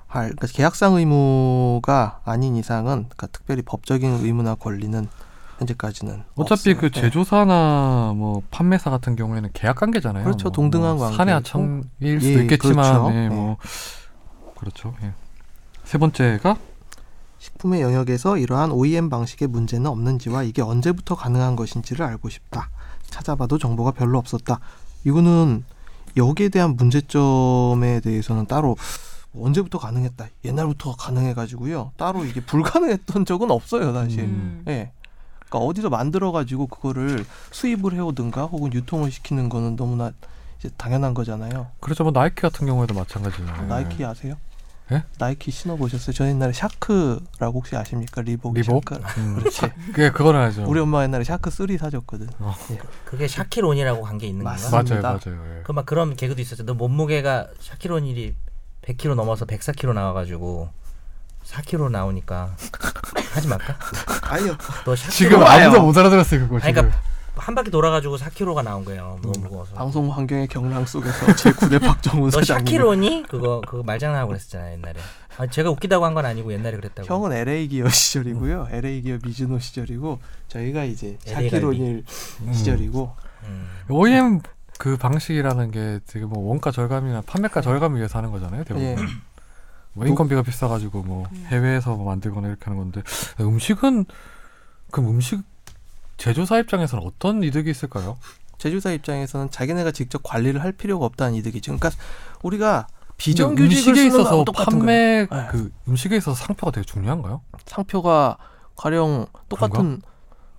Speaker 4: 할 그러니까 계약상 의무가 아닌 이상은 그러니까 특별히 법적인 의무나 권리는 현재까지는
Speaker 1: 어차피
Speaker 4: 없어요.
Speaker 1: 그
Speaker 4: 예.
Speaker 1: 제조사나 뭐 판매사 같은 경우에는 계약 관계잖아요.
Speaker 4: 그렇죠.
Speaker 1: 뭐
Speaker 4: 동등한
Speaker 1: 뭐
Speaker 4: 관계고.
Speaker 1: 사내 하청일 수도
Speaker 4: 예,
Speaker 1: 있겠지만
Speaker 4: 그렇죠.
Speaker 1: 예, 뭐 그렇죠. 예. 세 번째가
Speaker 4: 식품의 영역에서 이러한 OEM 방식의 문제는 없는지와 이게 언제부터 가능한 것인지를 알고 싶다. 찾아봐도 정보가 별로 없었다. 이거는 여기에 대한 문제점에 대해서는 따로 언제부터 가능했다. 옛날부터 가능해가지고요. 따로 이게 불가능했던 적은 없어요, 사실.
Speaker 1: 음.
Speaker 4: 예. 그러니까 어디서 만들어가지고 그거를 수입을 해오든가 혹은 유통을 시키는 거는 너무나 이제 당연한 거잖아요.
Speaker 1: 그렇죠. 뭐 나이키 같은 경우에도 마찬가지예요.
Speaker 4: 나이키 아세요?
Speaker 1: 네. 예?
Speaker 4: 나이키 신어보셨어요? 저 옛날에 샤크라고 혹시 아십니까? 리복.
Speaker 1: 리복?
Speaker 4: 샤크.
Speaker 1: 음.
Speaker 4: 그렇지.
Speaker 1: 예, 그거는 알죠.
Speaker 4: 우리 엄마 옛날에 샤크 3 사줬거든.
Speaker 2: 그게 샤키론이라고 한 게 있는 건가?
Speaker 1: 맞아요,
Speaker 4: 맞습니다.
Speaker 1: 맞아요. 예.
Speaker 2: 그 막 그런 개그도 있었죠. 너 몸무게가 샤키론이 100kg 넘어서 104kg 나와가지고 4kg 나오니까 하지 말까?
Speaker 4: 아니요.
Speaker 2: 너 샤키론
Speaker 1: 지금
Speaker 4: 와요.
Speaker 1: 아무도 못 알아들었어요, 그거
Speaker 2: 아니,
Speaker 1: 지금.
Speaker 2: 그러니까 한 바퀴 돌아가지고 4kg가 나온 거예요. 너무 무거워서.
Speaker 4: 음. 방송 환경의 경랑 속에서 제 9대 박정훈
Speaker 2: 너
Speaker 4: 사장님.
Speaker 2: 샤키로니? 그거 그거 말장난하고 그랬었잖아요 옛날에. 아, 제가 웃기다고 한 건 아니고 옛날에 그랬다고.
Speaker 4: 형은 LA 기어 시절이고요. LA 기어 미즈노 시절이고 저희가 이제
Speaker 2: LA
Speaker 4: 샤키로닐 시절이고
Speaker 2: 음.
Speaker 1: OEM 그 방식이라는 게 되게 뭐 원가 절감이나 판매가 절감을 위해서 하는 거잖아요. 대부분.
Speaker 4: 음. 예. 음.
Speaker 1: 뭐 인건비가 비싸가지고 뭐 해외에서 뭐 만들거나 이렇게 하는 건데 음식은 그럼 음식 제조사 입장에서는 어떤 이득이 있을까요?
Speaker 4: 제조사 입장에서는 자기네가 직접 관리를 할 필요가 없다는 이득이죠. 그러니까 우리가 비정규직을
Speaker 1: 음식에
Speaker 4: 쓰는
Speaker 1: 있어서
Speaker 4: 거하고 똑같은 거예요.
Speaker 1: 판매
Speaker 4: 거예요.
Speaker 1: 그 음식에 있어서 상표가 되게 중요한가요?
Speaker 4: 상표가 가령 똑같은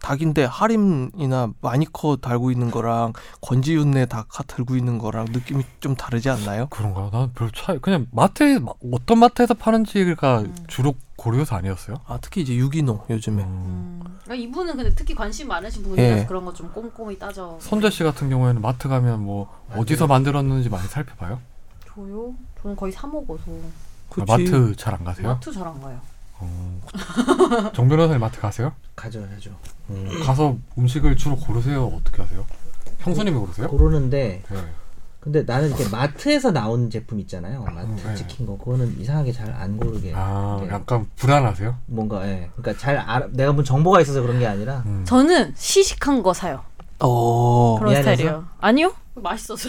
Speaker 4: 닭인데 하림이나 마니커 달고 있는 거랑 권지윤네 닭 달고 있는 거랑 느낌이 좀 다르지 않나요?
Speaker 1: 그런가요? 난 별 차이 그냥 마트에 마- 어떤 마트에서 파는지가
Speaker 4: 음.
Speaker 1: 주로 고려해서 아니었어요.
Speaker 4: 아 특히 이제 유기농 요즘에
Speaker 1: 음.
Speaker 3: 이분은 근데 특히 관심 많으신
Speaker 4: 분이라서 예.
Speaker 3: 그런 거 좀 꼼꼼히 따져.
Speaker 1: 선재 씨 같은 경우에는 마트 가면 뭐
Speaker 4: 아,
Speaker 1: 어디서
Speaker 4: 네.
Speaker 1: 만들었는지 많이 살펴봐요.
Speaker 3: 저요? 저는 거의 사 먹어서
Speaker 1: 아,
Speaker 4: 그치?
Speaker 1: 마트 잘 안 가세요?
Speaker 3: 마트 잘 안 가요.
Speaker 1: 어, 정 변호사님 마트 가세요?
Speaker 2: 가져야죠.
Speaker 1: 가서 음식을 주로 고르세요? 어떻게 하세요? 형수님이 고르세요?
Speaker 2: 고르는데
Speaker 1: 네.
Speaker 2: 근데 나는 이렇게 마트에서 나온 제품 있잖아요. 마트
Speaker 1: 네.
Speaker 2: 치킨 거 그거는 이상하게 잘 안 고르게
Speaker 1: 아
Speaker 2: 네.
Speaker 1: 약간 불안하세요?
Speaker 2: 뭔가 예. 그러니까 잘 알아, 내가 뭐 정보가 있어서 그런 게 아니라
Speaker 1: 음.
Speaker 3: 저는 시식한 거 사요.
Speaker 4: 어
Speaker 3: 그런
Speaker 2: 미안해서?
Speaker 3: 스타일이에요. 아니요? 맛있어서.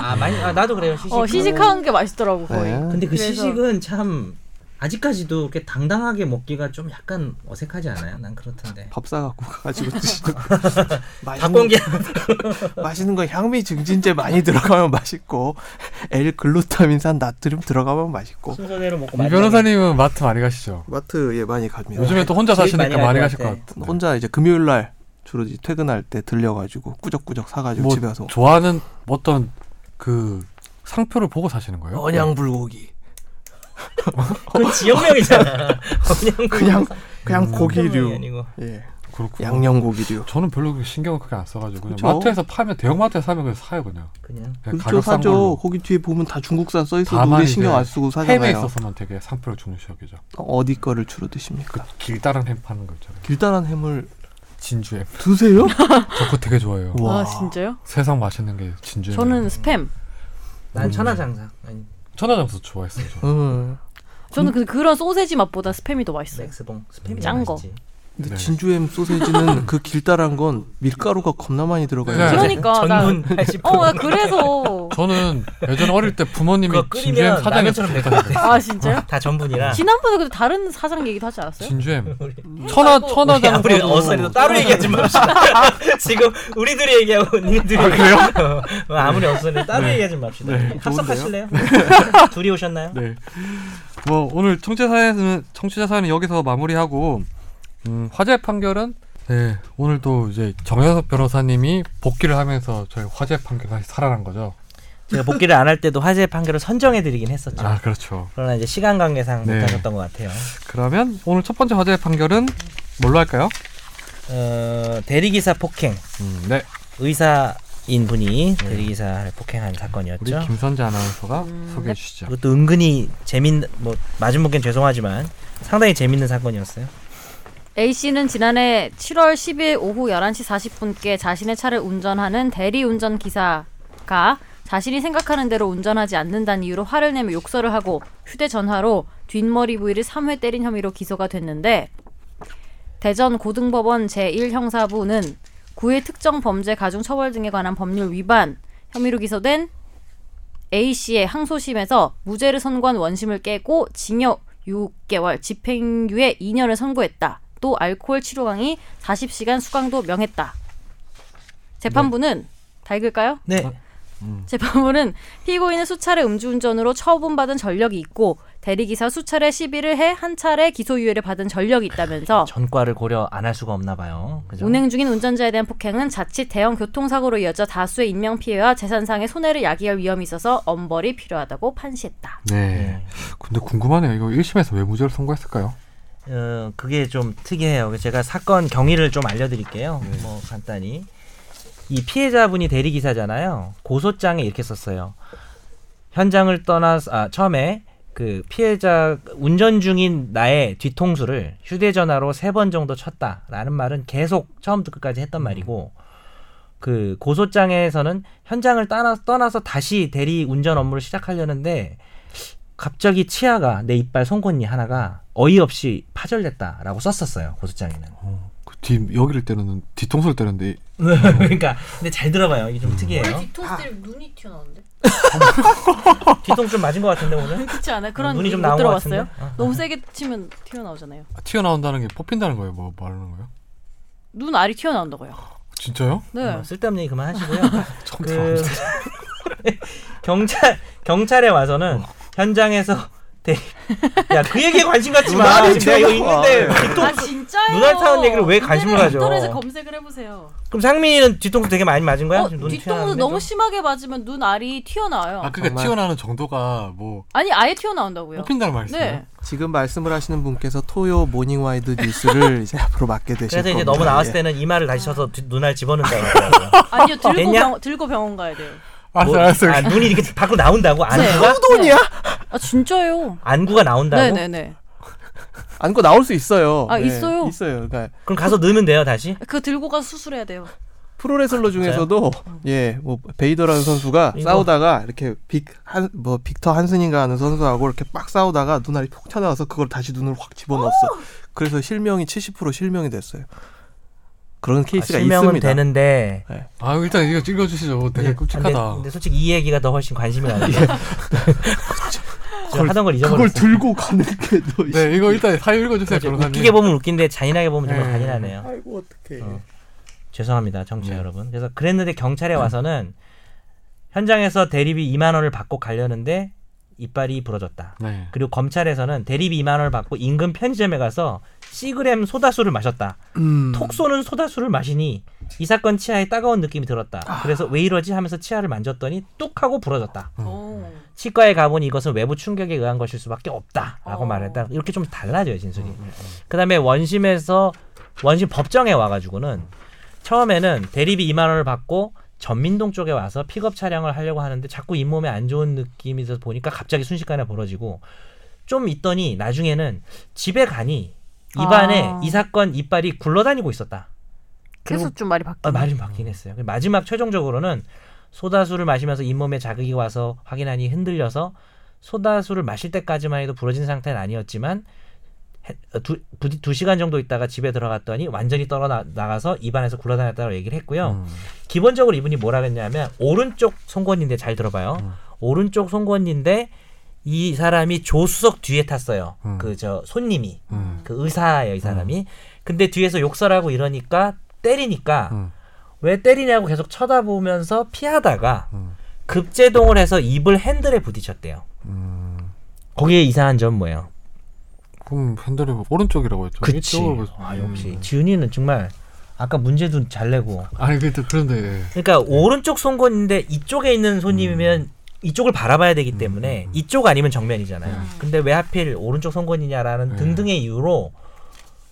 Speaker 2: 아 많이 아, 나도 그래요 시식.
Speaker 3: 어, 시식한 게 맛있더라고 거의.
Speaker 4: 네.
Speaker 2: 근데 그
Speaker 3: 그래서-
Speaker 2: 시식은 참 아직까지도 이렇게 당당하게 먹기가 좀 약간 어색하지 않아요? 난 그렇던데.
Speaker 4: 밥 사갖고 가지고 드시는 맛있는,
Speaker 2: 박공기
Speaker 4: 맛있는 거 향미 증진제 많이 들어가면 맛있고 L 글루타민산 나트륨 들어가면 맛있고
Speaker 2: 뭐 순서대로 먹고
Speaker 1: 이 변호사님은 마트 많이 가시죠?
Speaker 4: 마트 예 많이 갑니다.
Speaker 1: 요즘에 또 혼자
Speaker 2: 제일
Speaker 1: 사시니까 많이,
Speaker 2: 많이 갈것
Speaker 1: 가실 것
Speaker 2: 같아.
Speaker 1: 같아.
Speaker 4: 네. 혼자 이제 금요일 날 주로 이제 퇴근할 때 들려가지고 꾸적꾸적 사가지고
Speaker 1: 뭐
Speaker 4: 집에 와서
Speaker 1: 좋아하는 어떤 그 상표를 보고 사시는 거예요?
Speaker 4: 언양 불고기
Speaker 2: 그 지역명이잖아. 그냥
Speaker 4: 그냥 그냥
Speaker 2: 고기류
Speaker 4: 고기류
Speaker 2: 아니고.
Speaker 4: 예
Speaker 1: 그렇군요.
Speaker 4: 음. 양념 고기류
Speaker 1: 저는 별로 그렇게 신경을 크게 안 써가지고 그냥
Speaker 4: 그쵸.
Speaker 1: 마트에서 파면 대형 마트에서 사면 그냥 사요 그냥.
Speaker 2: 그냥
Speaker 1: 그냥
Speaker 4: 그렇죠
Speaker 1: 가격 싼
Speaker 4: 사죠
Speaker 1: 걸로.
Speaker 4: 거기 뒤에 보면 다 중국산 써 있어도
Speaker 1: 다만
Speaker 4: 우리
Speaker 1: 이제
Speaker 4: 신경 안 쓰고
Speaker 1: 햄에
Speaker 4: 사잖아요
Speaker 1: 있어서만 되게 상표를 중요시하기죠.
Speaker 4: 어디 거를 주로
Speaker 1: 그
Speaker 4: 드십니까
Speaker 1: 길다란 햄 파는 거 있잖아요.
Speaker 4: 길다란 햄을
Speaker 1: 진주 햄.
Speaker 4: 드세요
Speaker 1: 저 그거 되게 좋아해요.
Speaker 4: 와.
Speaker 3: 아 진짜요?
Speaker 1: 세상 맛있는 게 진주 햄.
Speaker 3: 저는 스팸.
Speaker 2: 난 천하장사. 아니
Speaker 1: 천하장수 좋아했어요. 저.
Speaker 4: 음
Speaker 3: 저는 그, 그런 소세지 맛보다 스팸이 더 맛있어요.
Speaker 2: 맥스봉 스팸이
Speaker 3: 짠 거.
Speaker 2: 맛있지.
Speaker 4: 근데
Speaker 1: 네.
Speaker 4: 진주햄 소세지는 그 길다란 건 밀가루가 겁나 많이 들어가
Speaker 1: 네.
Speaker 4: 있어요.
Speaker 3: 그러니까
Speaker 2: 전분 80%.
Speaker 3: 나, 어, 나 그래서
Speaker 1: 저는 예전 어릴 때 부모님이
Speaker 2: 그거
Speaker 1: 진주 햄
Speaker 2: 끓이면
Speaker 1: 사장에
Speaker 2: 라면처럼 될것 같아.
Speaker 3: 아 진짜요?
Speaker 2: 다 전분이라.
Speaker 3: 지난번에 근데 다른 사장 얘기도 하지 않았어요?
Speaker 1: 진주 햄.
Speaker 2: 우리 음.
Speaker 1: 천하
Speaker 2: 우리 네, 아무리
Speaker 1: 천하장수.
Speaker 2: 어설이도 따로 얘기하지 맙시다. 지금 우리들이 얘기하고 니들이 아, 그래요? 아무리 어설이도 따로 얘기하지 맙시다. 합석하실래요? 둘이 오셨나요?
Speaker 1: 네. 뭐 오늘 청취자 사연은 청취자 사연은 여기서 마무리하고 음, 화재 판결은 네, 오늘도 이제 정현석 변호사님이 복귀를 하면서 저희 화재 판결 다시 살아난 거죠.
Speaker 2: 제가 복귀를 안 할 때도 화재 판결을 선정해드리긴 했었죠.
Speaker 1: 아, 그렇죠.
Speaker 2: 그러나 이제 시간 관계상
Speaker 1: 네.
Speaker 2: 못하셨던 것 같아요.
Speaker 1: 그러면 오늘 첫 번째 화재 판결은 뭘로 할까요?
Speaker 2: 어, 대리기사 폭행
Speaker 1: 음, 네.
Speaker 2: 의사인 분이 대리기사를 폭행한
Speaker 1: 우리
Speaker 2: 사건이었죠.
Speaker 1: 김선재 아나운서가
Speaker 2: 음,
Speaker 1: 소개해 주시죠.
Speaker 2: 그것도 은근히 재밌 뭐 마지못겐 죄송하지만 상당히 재밌는 사건이었어요.
Speaker 3: A씨는 지난해 7월 10일 오후 11시 40분께 자신의 차를 운전하는 대리운전 기사가 자신이 생각하는 대로 운전하지 않는다는 이유로 화를 내며 욕설을 하고 휴대전화로 뒷머리 부위를 3회 때린 혐의로 기소가 됐는데 대전 고등법원 제1형사부는 구의 특정 범죄 가중 처벌 등에 관한 법률 위반 혐의로 기소된 A씨의 항소심에서 무죄를 선고한 원심을 깨고 징역 6개월 집행유예 2년을 선고했다. 또 알코올 치료 강의 40시간 수강도 명했다. 재판부는 다 읽을까요?
Speaker 2: 네.
Speaker 3: 재판부는 피고인은 수차례 음주운전으로 처분받은 전력이 있고 대리기사 수차례 시비를 해 한 차례 기소유예를 받은 전력이 있다면서
Speaker 2: 전과를 고려 안 할 수가 없나 봐요. 그죠?
Speaker 3: 운행 중인 운전자에 대한 폭행은 자칫 대형 교통사고로 이어져 다수의 인명피해와 재산상의 손해를 야기할 위험이 있어서 엄벌이 필요하다고 판시했다.
Speaker 1: 네. 근데 궁금하네요. 이거 1심에서 왜 무죄를 선고했을까요?
Speaker 2: 어, 그게 좀 특이해요. 그래서 제가 사건 경위를 좀 알려드릴게요. 뭐 간단히 이 피해자분이 대리기사잖아요. 고소장에 이렇게 썼어요. 현장을 떠나 아, 처음에 그 피해자 운전 중인 나의 뒤통수를 휴대전화로 세 번 정도 쳤다라는 말은 계속 처음부터 끝까지 했던 말이고 그 고소장에서는 현장을 떠나, 떠나서 다시 대리 운전 업무를 시작하려는데 갑자기 치아가 내 이빨 송곳니 하나가 어이없이 파절됐다라고 썼었어요 고소장에는.
Speaker 1: 어, 그뒤 여기를 때는 뒤통수를 때는데
Speaker 2: 그러니까 근데 잘 들어봐요 이게 좀 특이해요.
Speaker 3: 뒤통수에 눈이 튀어나오는데?
Speaker 2: 뒤통 좀 맞은 것 같은데 오늘
Speaker 3: 그렇지 않아요? 그런
Speaker 2: 어, 눈이 좀
Speaker 3: 못
Speaker 2: 나온 것
Speaker 3: 들어봤어요?
Speaker 2: 같은데. 어,
Speaker 3: 너무 세게 치면 튀어나오잖아요.
Speaker 1: 튀어나온다는 게 뽑힌다는 거예요. 뭐 말하는 거예요?
Speaker 3: 눈 알이 튀어나온다고요.
Speaker 1: 진짜요?
Speaker 3: 네.
Speaker 2: 어, 쓸데없는 얘기 그만하시고요.
Speaker 1: 처음
Speaker 2: 그
Speaker 1: 들어봤는데.
Speaker 2: 경찰 경찰에 와서는 현장에서 대... 야그 얘기에 관심 갖지 마.
Speaker 4: 눈알이
Speaker 2: 지금 내가 이거 예.
Speaker 4: 튀어나와.
Speaker 2: 있는데
Speaker 3: 아
Speaker 2: 뒤통
Speaker 3: 진짜요?
Speaker 2: 눈알 타는 얘기를 왜 관심을 가져?
Speaker 3: 인터넷에 검색을 해보세요.
Speaker 2: 그럼 상민이는 뒤통수 되게 많이 맞은 거야?
Speaker 3: 어,
Speaker 2: 지금 눈
Speaker 3: 뒤통수
Speaker 2: 튀어나왔는데
Speaker 3: 너무
Speaker 2: 좀?
Speaker 3: 심하게 맞으면 눈 알이 튀어나와요.
Speaker 1: 아, 그러니까
Speaker 4: 정말.
Speaker 1: 튀어나오는 정도가 뭐
Speaker 3: 아, 니 아예 튀어나온다고요.
Speaker 1: 뽑힌다는 말이에요.
Speaker 3: 네.
Speaker 4: 지금 말씀을 하시는 분께서 토요 모닝와이드 뉴스를 이제 앞으로 맡게 되실
Speaker 2: 그래서
Speaker 4: 겁니다.
Speaker 2: 이제 너무 나왔을
Speaker 4: 예.
Speaker 2: 때는 이마를 다시 쳐서 뒤- 눈알 집어넣는다고 하더라고요.
Speaker 3: 아니요 들고
Speaker 2: 됐냐?
Speaker 3: 병 들고 병원 가야 돼요. 네.
Speaker 1: 알았어,
Speaker 2: 뭐-
Speaker 1: 알았어.
Speaker 2: 아, 눈이 이렇게 밖으로 나온다고 안구가
Speaker 4: 돈이야?
Speaker 3: 아 진짜요?
Speaker 2: 안구가 나온다고.
Speaker 3: 네네네.
Speaker 4: 안고 나올 수 있어요. 네,
Speaker 3: 아, 있어요?
Speaker 4: 있어요. 그러니까
Speaker 2: 그럼 가서 넣으면 돼요 다시.
Speaker 3: 그거 들고 가서 수술해야 돼요.
Speaker 4: 프로레슬러 중에서도 예, 뭐 베이더라는 선수가
Speaker 2: 이거.
Speaker 4: 싸우다가 이렇게 빅한뭐 빅터 한슨인가 하는 선수하고 이렇게 빡 싸우다가 눈알이 폭 튀어나와서 그걸 다시 눈으로 확 집어넣었어. 그래서 실명이 70% 실명이 됐어요. 그런 케이스가
Speaker 2: 아, 실명은
Speaker 4: 있습니다.
Speaker 2: 되는데.
Speaker 1: 아, 일단 이거
Speaker 2: 네.
Speaker 1: 찍어 주시죠. 되게
Speaker 2: 근데,
Speaker 1: 끔찍하다.
Speaker 2: 근데 솔직히 이 얘기가 더 훨씬 관심이 가요. 그걸, 하던 걸
Speaker 4: 그걸
Speaker 2: 잊어버렸어.
Speaker 4: 들고 가는 게너
Speaker 1: 네, 이거 일단 사유 읽어주세요, 변호사님.
Speaker 2: 웃기게 보면 웃긴데 잔인하게 보면 정말
Speaker 1: 네.
Speaker 2: 잔인하네요.
Speaker 4: 아이고 어떡해.
Speaker 2: 어. 죄송합니다, 정치자
Speaker 1: 네.
Speaker 2: 여러분. 그래서 그랬는데 경찰에 와서는 현장에서 대리비 2만 원을 받고 가려는데 이빨이 부러졌다.
Speaker 1: 네.
Speaker 2: 그리고 검찰에서는 대리비 2만 원을 받고 인근 편의점에 가서 시그램 소다수를 마셨다.
Speaker 4: 음.
Speaker 2: 톡 쏘는 소다수를 마시니 이 사건 치아에 따가운 느낌이 들었다. 그래서 왜 이러지 하면서 치아를 만졌더니 뚝 하고 부러졌다.
Speaker 3: 오.
Speaker 2: 치과에 가보니 이것은 외부 충격에 의한 것일 수밖에 없다라고
Speaker 3: 어.
Speaker 2: 말했다. 이렇게 좀 달라져요 진술이. 그다음에 원심에서 원심 법정에 와가지고는 처음에는 대리비 2만 원을 받고 전민동 쪽에 와서 픽업 촬영을 하려고 하는데 자꾸 잇몸에 안 좋은 느낌이 들어서 보니까 갑자기 순식간에 벌어지고 좀 있더니 나중에는 집에 가니 입안에
Speaker 3: 아.
Speaker 2: 이 사건 이빨이 굴러다니고 있었다. 그리고
Speaker 3: 계속 좀 말이 바뀌네.
Speaker 2: 아,
Speaker 1: 음.
Speaker 2: 말이 바뀌긴 했어요. 근데 마지막 최종적으로는 소다수를 마시면서 잇몸에 자극이 와서 확인하니 흔들려서 소다수를 마실 때까지만 해도 부러진 상태는 아니었지만 해- 어, 두, 부- 두 시간 정도 있다가 집에 들어갔더니 완전히 떨어 나- 나가서 입안에서 굴러다녔다고 얘기를 했고요.
Speaker 1: 음.
Speaker 2: 기본적으로 이분이 뭐라 그랬냐면 오른쪽 송곳니인데 잘 들어봐요.
Speaker 1: 음.
Speaker 2: 오른쪽 송곳니인데 이 사람이 조수석 뒤에 탔어요.
Speaker 1: 음.
Speaker 2: 그 저 손님이
Speaker 1: 음.
Speaker 2: 그 의사예요 이 사람이. 근데 뒤에서 욕설하고 이러니까 때리니까
Speaker 1: 음.
Speaker 2: 왜 때리냐고 계속 쳐다보면서 피하다가
Speaker 1: 음.
Speaker 2: 급제동을 해서 입을 핸들에 부딪혔대요.
Speaker 1: 음.
Speaker 2: 거기에 이상한 점 뭐예요?
Speaker 1: 그럼 핸들이 오른쪽이라고 했죠.
Speaker 2: 그치.
Speaker 1: 이쪽으로-
Speaker 2: 아 역시
Speaker 1: 음.
Speaker 2: 지은이는 정말 아까 문제도 잘 내고.
Speaker 1: 아니 근데 그런데
Speaker 2: 그러니까 오른쪽 송곳인데 이쪽에 있는 손님이면
Speaker 1: 음.
Speaker 2: 이쪽을 바라봐야 되기 때문에 이쪽 아니면 정면이잖아요. 근데 왜 하필 오른쪽 송곳이냐라는
Speaker 1: 음.
Speaker 2: 등등의 이유로